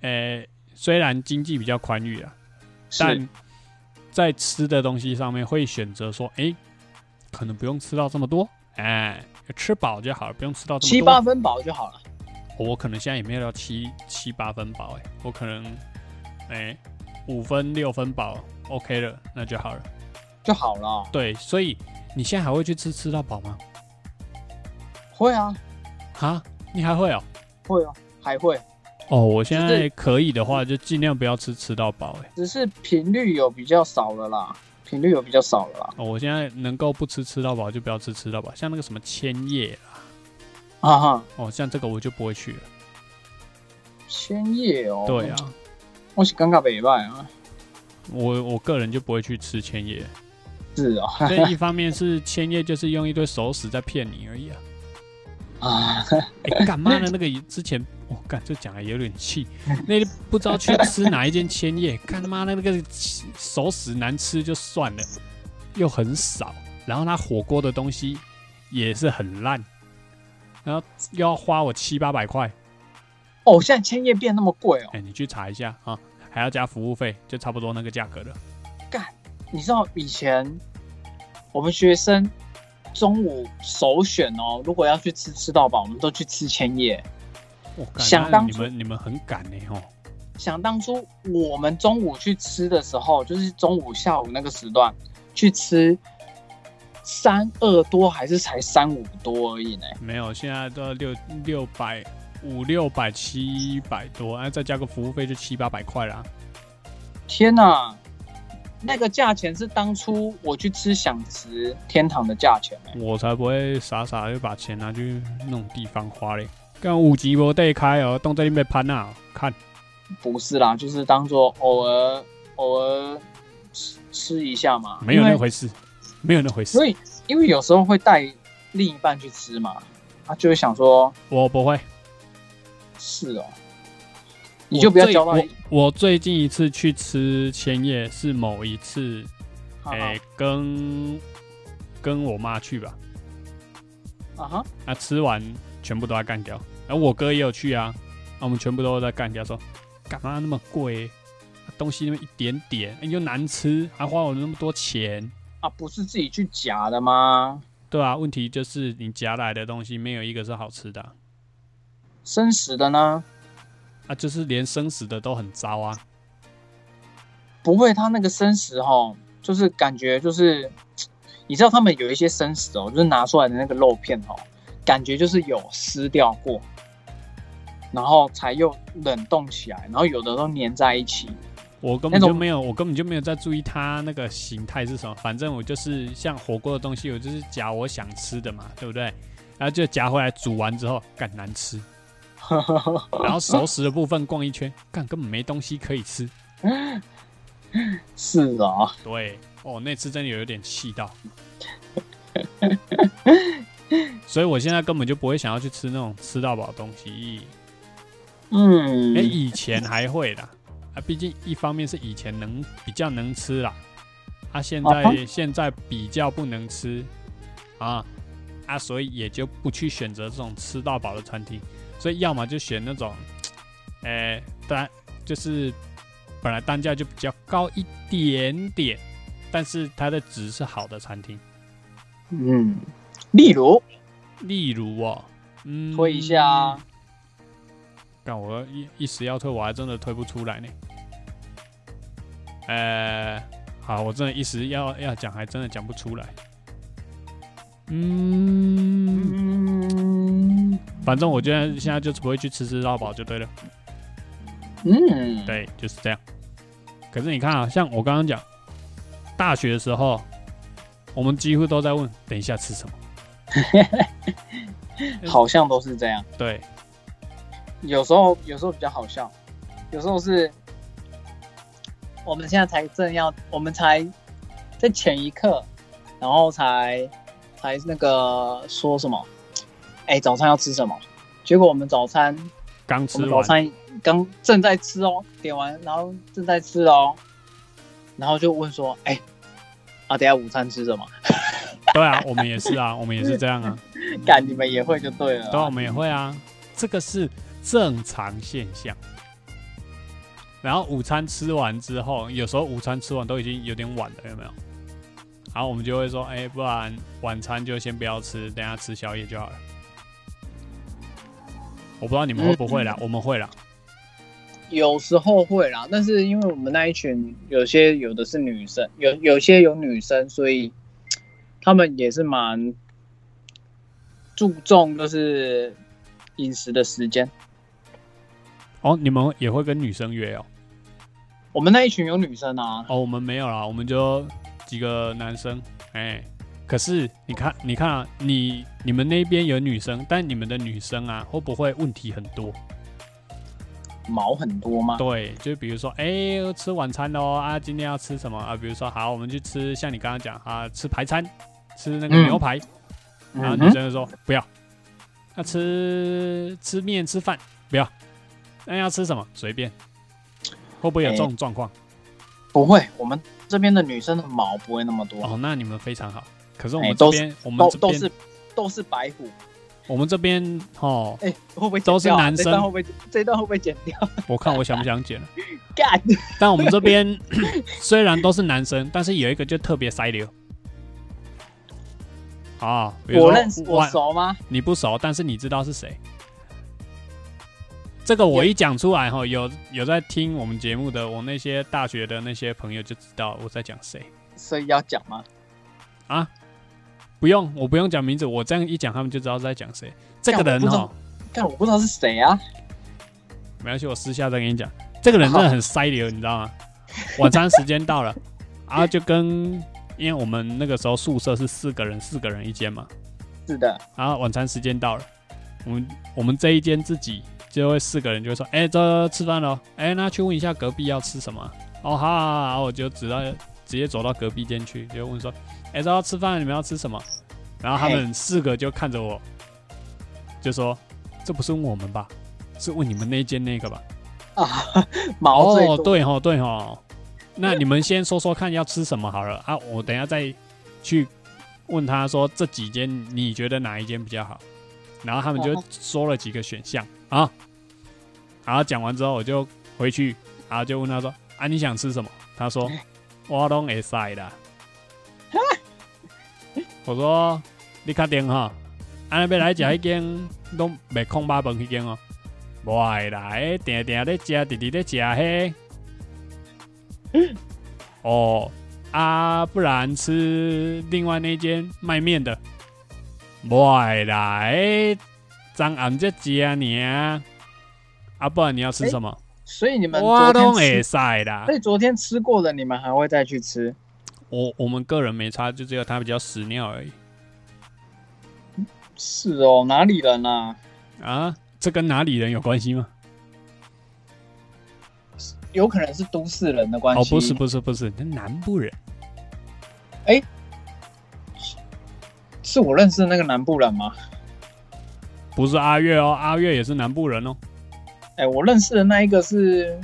Speaker 1: 呃，虽然经济比较宽裕啊，
Speaker 2: 是
Speaker 1: 但在吃的东西上面会选择说，哎、可能不用吃到这么多，哎、吃饱就好了，不用吃到这么多。哦
Speaker 2: 七八分饱就好了。
Speaker 1: 我可能现在也没有到七七八分饱，哎，我可能哎五、分六分饱 OK 了，那就好了。
Speaker 2: 就好了。
Speaker 1: 对，所以你现在还会去吃吃到饱吗？
Speaker 2: 会啊，
Speaker 1: 哈，你还会哦、
Speaker 2: 会啊，还会，
Speaker 1: 哦，我现
Speaker 2: 就
Speaker 1: 在
Speaker 2: 是
Speaker 1: 可以的话，就尽量不要吃吃到饱，哎，
Speaker 2: 只是频率有比较少了啦，频率有比较少了啦。
Speaker 1: 哦，我现在能够不吃吃到饱就不要吃吃到饱，像那个什么千叶啦，
Speaker 2: 啊哈，
Speaker 1: 哦，像这个我就不会去了。
Speaker 2: 千叶哦，
Speaker 1: 对，啊，
Speaker 2: 我是尴尬北外啊，
Speaker 1: 我我个人就不会去吃千
Speaker 2: (laughs)
Speaker 1: 叶，
Speaker 2: 是哦，
Speaker 1: 所以一方面是千叶就是用一堆熟食在骗你而已啊。
Speaker 2: 啊， (laughs)
Speaker 1: 哎，干嘛呢？那个之前我干、这讲的有点气，那个不知道去吃哪一间千叶，干他妈的那个熟食难吃就算了，又很少，然后他火锅的东西也是很烂，然后又要花我七八百块，
Speaker 2: 哦，现在千叶变那么贵哦
Speaker 1: 哎、，你去查一下啊，还要加服务费，就差不多那个价格了。
Speaker 2: 你知道以前我们学生中午首选哦，如果要去吃吃到饱，我们都去吃千叶。
Speaker 1: 我哦干
Speaker 2: 想
Speaker 1: 那
Speaker 2: 当
Speaker 1: 你
Speaker 2: 初
Speaker 1: 们你们很敢呢、哦，
Speaker 2: 想当初我们中午去吃的时候，就是中午下午那个时段去吃，三二多还是才三五多而已呢。
Speaker 1: 没有，现在都要六六百五六百七百多，哎、再加个服务费就七八百块啦。
Speaker 2: 天哪、那个价钱是当初我去吃享食天堂的价钱呢、
Speaker 1: 我才不会傻傻就把钱拿去那种地方花嘞。干五级无对开哦，当这里被攀啊，看
Speaker 2: 不是啦，就是当做偶尔偶尔吃吃一下嘛，
Speaker 1: 没有
Speaker 2: 因为
Speaker 1: 那回事，没有那回事
Speaker 2: 所，以，因为有时候会带另一半去吃嘛，他就会想说，
Speaker 1: 我不会。
Speaker 2: 是哦，你就不要交
Speaker 1: 我
Speaker 2: 到
Speaker 1: 最。我我最近一次去吃千叶是某一次，
Speaker 2: 哈
Speaker 1: 哎、
Speaker 2: 啊
Speaker 1: 跟跟我妈去吧，
Speaker 2: 啊哈，
Speaker 1: 那吃完全部都在干掉。然后我哥也有去啊，那我们全部都在干掉，说干嘛那么贵、啊东西那么一点点，哎又难吃，还花我那么多钱，
Speaker 2: 啊，不是自己去夹的吗？
Speaker 1: 对啊，问题就是你夹来的东西没有一个是好吃的啊，
Speaker 2: 生食的呢？
Speaker 1: 啊就是连生食的都很糟啊。
Speaker 2: 不会，他那个生食哦，就是感觉就是，你知道他们有一些生食哦，就是拿出来的那个肉片哦，感觉就是有撕掉过，然后才又冷冻起来，然后有的都粘在一起。 (laughs)
Speaker 1: 我根本
Speaker 2: 那
Speaker 1: 就
Speaker 2: 种
Speaker 1: 没有，我根本就没有在注意它那个形态是什么。反正我就是像火锅的东西，我就是夹我想吃的嘛，对不对？然后就夹回来煮完之后，干难吃。然后熟食的部分逛一圈，干根本没东西可以吃。
Speaker 2: 是啊、
Speaker 1: 对，哦，那次真的有点气到。所以我现在根本就不会想要去吃那种吃到饱的东西。
Speaker 2: 嗯，
Speaker 1: 哎、以前还会啦，啊，毕竟一方面是以前能比较能吃啦，啊，现在、
Speaker 2: 啊哈
Speaker 1: 现在比较不能吃，啊啊，所以也就不去选择这种吃到饱的餐厅，所以要么就选那种，哎、单就是本来单价就比较高一点点，但是它的值是好的餐厅，
Speaker 2: 嗯，例如
Speaker 1: 例如哦，嗯，
Speaker 2: 推一下啊。
Speaker 1: 干我一一时要退，我还真的退不出来呢。呃，好，我真的一时要要讲，还真的讲不出来。嗯，
Speaker 2: 嗯
Speaker 1: 反正我觉得现在就是不会去吃吃到饱就对了。
Speaker 2: 嗯，
Speaker 1: 对，就是这样。可是你看啊，像我刚刚讲，大学的时候，我们几乎都在问等一下吃什么。
Speaker 2: 好像都是这样。
Speaker 1: 对，
Speaker 2: 有时候有时候比较好笑，有时候是我们现在才正要，我们才在前一刻，然后才才那个说什么？哎、早餐要吃什么？结果我们早餐，
Speaker 1: 刚
Speaker 2: 我
Speaker 1: 吃
Speaker 2: 们早
Speaker 1: 完，
Speaker 2: 餐刚正在吃哦，点完然后正在吃哦，然后就问说，哎、啊，等一下午餐吃什么？ (laughs)
Speaker 1: 对啊，我们也是啊，我们也是这样啊。
Speaker 2: 干你们也会就对了啊。
Speaker 1: 对啊，我们也会啊，这个是正常现象。然后午餐吃完之后，有时候午餐吃完都已经有点晚了，有没有？然后我们就会说，哎、不然晚餐就先不要吃，等一下吃宵夜就好了。我不知道你们会不会啦，我们会啦。
Speaker 2: 有时候会啦，但是因为我们那一群有些有的是女生，有有些有女生，所以他们也是蛮注重就是饮食的时间。
Speaker 1: 哦，你们也会跟女生约哦？
Speaker 2: 我们那一群有女生啊，
Speaker 1: 哦，我们没有啦，我们就几个男生，哎、可是你看，你看啊，你你们那边有女生，但你们的女生啊，会不会问题很多？
Speaker 2: 毛很多吗？
Speaker 1: 对，就比如说，哎、吃晚餐喽啊，今天要吃什么啊？比如说，好，我们去吃，像你刚刚讲啊，吃排餐，吃那个
Speaker 2: 嗯
Speaker 1: 牛排，然后
Speaker 2: 嗯
Speaker 1: 啊女
Speaker 2: 哼，
Speaker 1: 生就说不要，要吃吃面吃饭不要，那要吃什么随便，会不会有这种状况？
Speaker 2: 不会，我们这边的女生的毛不会那么多，
Speaker 1: 哦，那你们非常好。可是我们
Speaker 2: 哎
Speaker 1: 这
Speaker 2: 都是
Speaker 1: 边，我们
Speaker 2: 都
Speaker 1: 这
Speaker 2: 都
Speaker 1: 边，
Speaker 2: 是都是白虎。
Speaker 1: 我们这边哦，
Speaker 2: 哎、会不会剪
Speaker 1: 都是
Speaker 2: 掉啊
Speaker 1: 男生
Speaker 2: 这段会不会这段会不会剪掉？ (laughs)
Speaker 1: 我看我想不想剪了。
Speaker 2: 干，
Speaker 1: 但我们这
Speaker 2: (laughs)
Speaker 1: 边虽然都是男生，但是有一个就特别塞流。啊，比如说
Speaker 2: 我认识我
Speaker 1: 晚
Speaker 2: 熟吗？
Speaker 1: 你不熟，但是你知道是谁。这个我一讲出来哈，有有在听我们节目的我那些大学的那些朋友就知道我在讲谁。
Speaker 2: 所以要讲吗？
Speaker 1: 不用，我不用讲名字，我这样一讲他们就知道在讲谁。这个
Speaker 2: 这样我
Speaker 1: 人
Speaker 2: 不知
Speaker 1: 哦
Speaker 2: 道，但我不知道是谁啊。
Speaker 1: 没关系，我私下再跟你讲。这个人真的很塞流，你知道吗？晚餐时间到了，然后就跟因为我们那个时候宿舍是四个人，四个人一间嘛，
Speaker 2: 是的，
Speaker 1: 然后晚餐时间到了，我们我们这一间自己就会四个人就会说，哎、这吃饭了，哎、那去问一下隔壁要吃什么啊。哦，好好好，好我就直到直接走到隔壁间去，就问说，哎、这要吃饭，你们要吃什么？然后他们四个就看着我，就说，这不是问我们吧？是问你们那间那个吧？
Speaker 2: 毛最
Speaker 1: 哦，
Speaker 2: 多。
Speaker 1: 对吼，对吼。那你们先说说看要吃什么好了啊，我等一下再去问他说这几间你觉得哪一间比较好，然后他们就
Speaker 2: 哦
Speaker 1: 说了几个选项啊，然后讲完之后我就回去，然后就问他说啊你想吃什么？他说我拢会塞啦。 (laughs) 我说你确定哈，安尼要来食迄间拢袂空巴饭迄间哦，无爱啦，迄定定咧食，直直咧食迄。哦啊，不然吃另外那间卖面的，无爱啦，诶，昨暗才食尔。啊，不然你要吃什么？
Speaker 2: 所以你们
Speaker 1: 我
Speaker 2: 昨
Speaker 1: 拢
Speaker 2: 天
Speaker 1: 会啊
Speaker 2: 吃，
Speaker 1: 使啦
Speaker 2: 所。以昨天吃过的，你们还会再去吃？
Speaker 1: 我我们个人没差，就只有他比较屎尿而已
Speaker 2: 是哦，哪里人啊？
Speaker 1: 啊。这跟哪里人有关系吗？
Speaker 2: 有可能是都市人的关系。
Speaker 1: 哦，不是，不是不是，那南部人
Speaker 2: 是我认识的那个南部人吗？
Speaker 1: 不是阿月哦，阿月也是南部人哦。
Speaker 2: 哎、我认识的那一个是，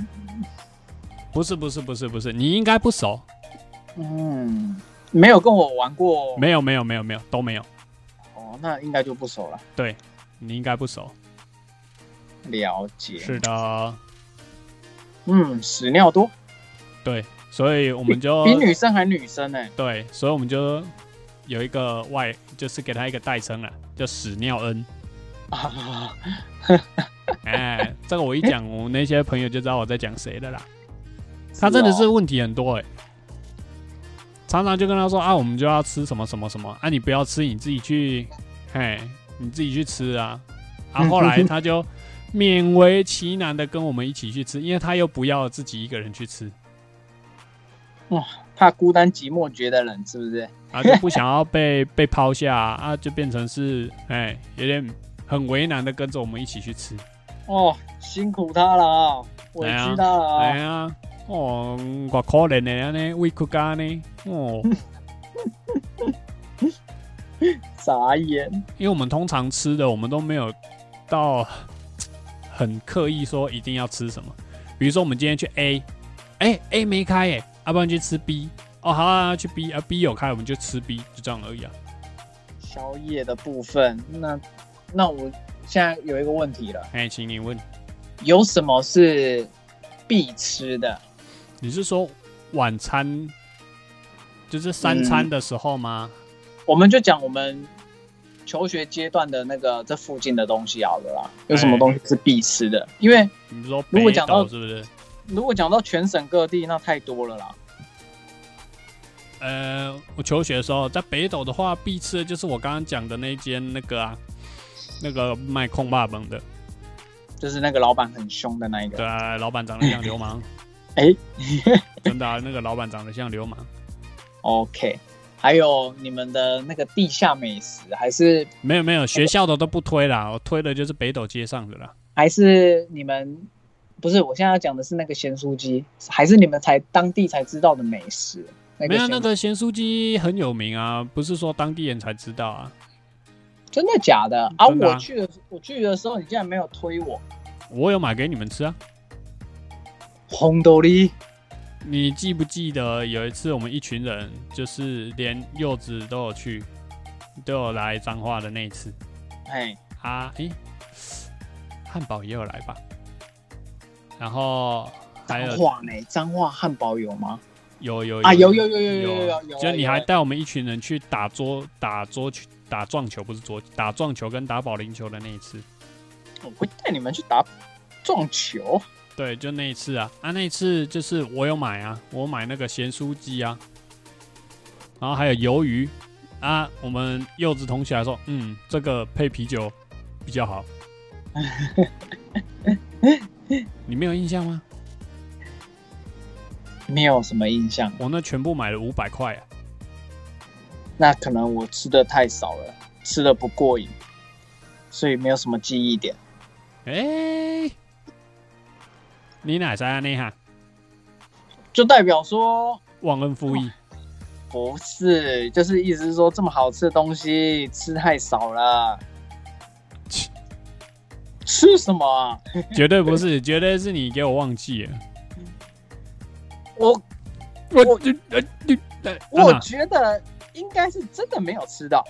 Speaker 1: 不是不是不是不是，你应该不熟，
Speaker 2: 嗯，没有跟我玩过，
Speaker 1: 没有没有没有没有都没有，
Speaker 2: 哦，那应该就不熟了。
Speaker 1: 你应该不熟。
Speaker 2: 了解，
Speaker 1: 是的，
Speaker 2: 嗯，屎尿多，
Speaker 1: 对，所以我们就
Speaker 2: 比女生还女
Speaker 1: (laughs)
Speaker 2: 生哎、
Speaker 1: 对，所以我们就有一个外，就是给他一个代称了，叫屎尿恩。
Speaker 2: 啊，
Speaker 1: 哎，这个我一讲，我那些朋友就知道我在讲谁了啦。他真的
Speaker 2: (laughs)
Speaker 1: 是
Speaker 2: 哦
Speaker 1: 问题很多哎、常常就跟他说啊，我们就要吃什么什么什么啊，你不要吃，你自己去，嘿，你自己去吃啊。啊，
Speaker 2: 嗯
Speaker 1: 后来
Speaker 2: 嗯嗯
Speaker 1: 他就勉为其难的跟我们一起去吃，因为他又不要自己一个人去吃，
Speaker 2: 怕孤单寂寞觉得冷，是不是？
Speaker 1: 啊，就不想要被 (laughs) 被抛下啊，就变成是哎，有点很为难的跟着我们一起去吃。
Speaker 2: 哦，辛苦他了啊、委屈他了啊、
Speaker 1: 哎呀，哦，我可怜的呢，委屈家呢，哦。
Speaker 2: 傻眼。
Speaker 1: 因为我们通常吃的，我们都没有到很刻意说一定要吃什么。比如说，我们今天去 A，哎、A 没开哎、要、不然去吃 B。哦，好啊，去 B 啊，B 有开，我们就吃 B，就这样而已啊。
Speaker 2: 宵夜的部分，那那我现在有一个问题了，
Speaker 1: 哎、请你问，
Speaker 2: 有什么是必吃的？
Speaker 1: 你是说晚餐就是三餐的时候吗？
Speaker 2: 我们就讲我们求学阶段的那个这附近的东西好了啦，有什么东西是必吃的？因为
Speaker 1: 你说
Speaker 2: 如果
Speaker 1: 北
Speaker 2: 讲
Speaker 1: 斗
Speaker 2: 到
Speaker 1: 是不是？
Speaker 2: 如果讲到全省各地，那太多了啦。
Speaker 1: 呃，我求学的时候，在北斗的话，必吃的就是我刚刚讲的那间那个啊，那个卖空霸本的，
Speaker 2: 就是那个老板很凶的那一
Speaker 1: 对
Speaker 2: 个，
Speaker 1: 啊，老板长得像流
Speaker 2: (laughs)
Speaker 1: 氓。
Speaker 2: 哎
Speaker 1: 真的、啊，那个老板长得像流氓。
Speaker 2: ，OK，还有你们的那个地下美食，还是
Speaker 1: 没有没有，学校的都不推啦，我推的就是北斗街上的啦。
Speaker 2: 还是你们不是？我现在要讲的是那个咸酥鸡，还是你们才当地才知道的美食？那个
Speaker 1: 没有
Speaker 2: 咸
Speaker 1: 那个咸酥鸡很有名啊，不是说当地人才知道啊。
Speaker 2: 真的假的啊？
Speaker 1: 真的啊
Speaker 2: 我去的我去的时候，你竟然没有推我，
Speaker 1: 我有买给你们吃啊。
Speaker 2: 红豆梨
Speaker 1: 你记不记得有一次我们一群人，就是连柚子都有去，都有来彰化的那一次
Speaker 2: 哎，
Speaker 1: 啊？诶、汉堡也有来吧？然后还
Speaker 2: 彰
Speaker 1: 有
Speaker 2: 化呢？彰化汉堡有吗？
Speaker 1: 有有
Speaker 2: 啊，有
Speaker 1: 有
Speaker 2: 有有有有有有有，
Speaker 1: 就你
Speaker 2: 有
Speaker 1: 还带我们一群人去打桌打桌球打撞球，不是桌打撞球跟打保龄球的那一次。
Speaker 2: 我会带你们去打撞球，
Speaker 1: 对，就那一次啊，啊，那一次就是我有买啊，我买那个咸酥鸡啊，然后还有鱿鱼啊。我们柚子同学还说，嗯，这个配啤酒比较
Speaker 2: (laughs)
Speaker 1: 好。你没有印象吗？
Speaker 2: 没有什么印象。
Speaker 1: 我那全部买了五百块啊，
Speaker 2: 那可能我吃的太少了，吃的不过瘾，所以没有什么记忆点。
Speaker 1: 诶，你哪知啊你哈？
Speaker 2: 就代表说
Speaker 1: 忘恩负义，
Speaker 2: 不是，就是意思是说这么好吃的东西吃太少了。
Speaker 1: 切
Speaker 2: 吃什么啊？
Speaker 1: 绝对不是，绝对是你给我忘记了。
Speaker 2: 我
Speaker 1: 我
Speaker 2: 我
Speaker 1: 呃你呃
Speaker 2: 我
Speaker 1: 啊
Speaker 2: 觉得应该是真的没有吃到。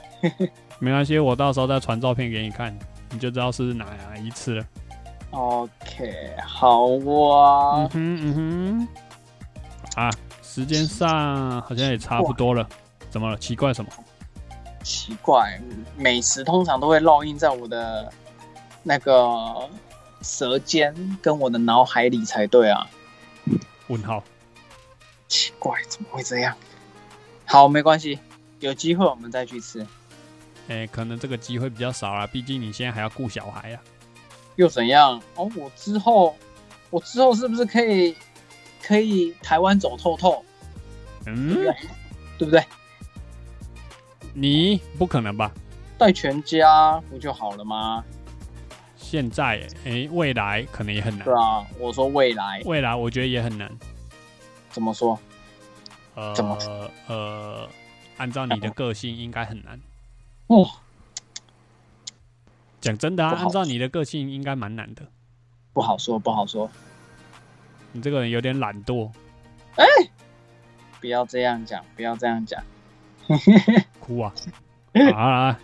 Speaker 1: 没关系，我到时候再传照片给你看，你就知道是哪哪一次了。
Speaker 2: OK，好啊哇、
Speaker 1: 嗯哼嗯哼，啊，时间上好像也差不多了，怎么了？奇怪什么？
Speaker 2: 奇怪，美食通常都会烙印在我的那个舌尖跟我的脑海里才对啊。
Speaker 1: 问号？
Speaker 2: 奇怪，怎么会这样？好，没关系，有机会我们再去吃，
Speaker 1: 哎、可能这个机会比较少啦，啊毕竟你现在还要顾小孩啊。
Speaker 2: 又怎样？哦，我之后，我之后是不是可以可以台湾走透透，
Speaker 1: 嗯，
Speaker 2: 对不对？
Speaker 1: 你不可能吧？
Speaker 2: 带全家不就好了吗？
Speaker 1: 现在哎、未来可能也很难
Speaker 2: 对。啊，我说未来
Speaker 1: 未来我觉得也很难。
Speaker 2: 怎么说？
Speaker 1: 呃
Speaker 2: 怎么
Speaker 1: 呃，按照你的个性应该很难。
Speaker 2: 哦，
Speaker 1: 讲真的啊，
Speaker 2: 不好
Speaker 1: 按照你的个性应该蛮难的。
Speaker 2: 不好说，不好说，
Speaker 1: 你这个人有点懒惰，
Speaker 2: 不要这样讲，不要这样讲。
Speaker 1: 哭
Speaker 2: (laughs)
Speaker 1: 啊！好啊，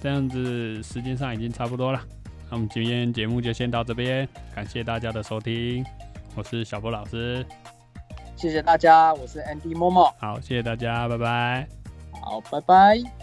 Speaker 1: 这样子时间上已经差不多了，那我们今天节目就先到这边，感谢大家的收听，我是小波老师，
Speaker 2: 谢谢大家，我是 Andy 默默，
Speaker 1: 好，谢谢大家，拜拜。
Speaker 2: 好，拜拜。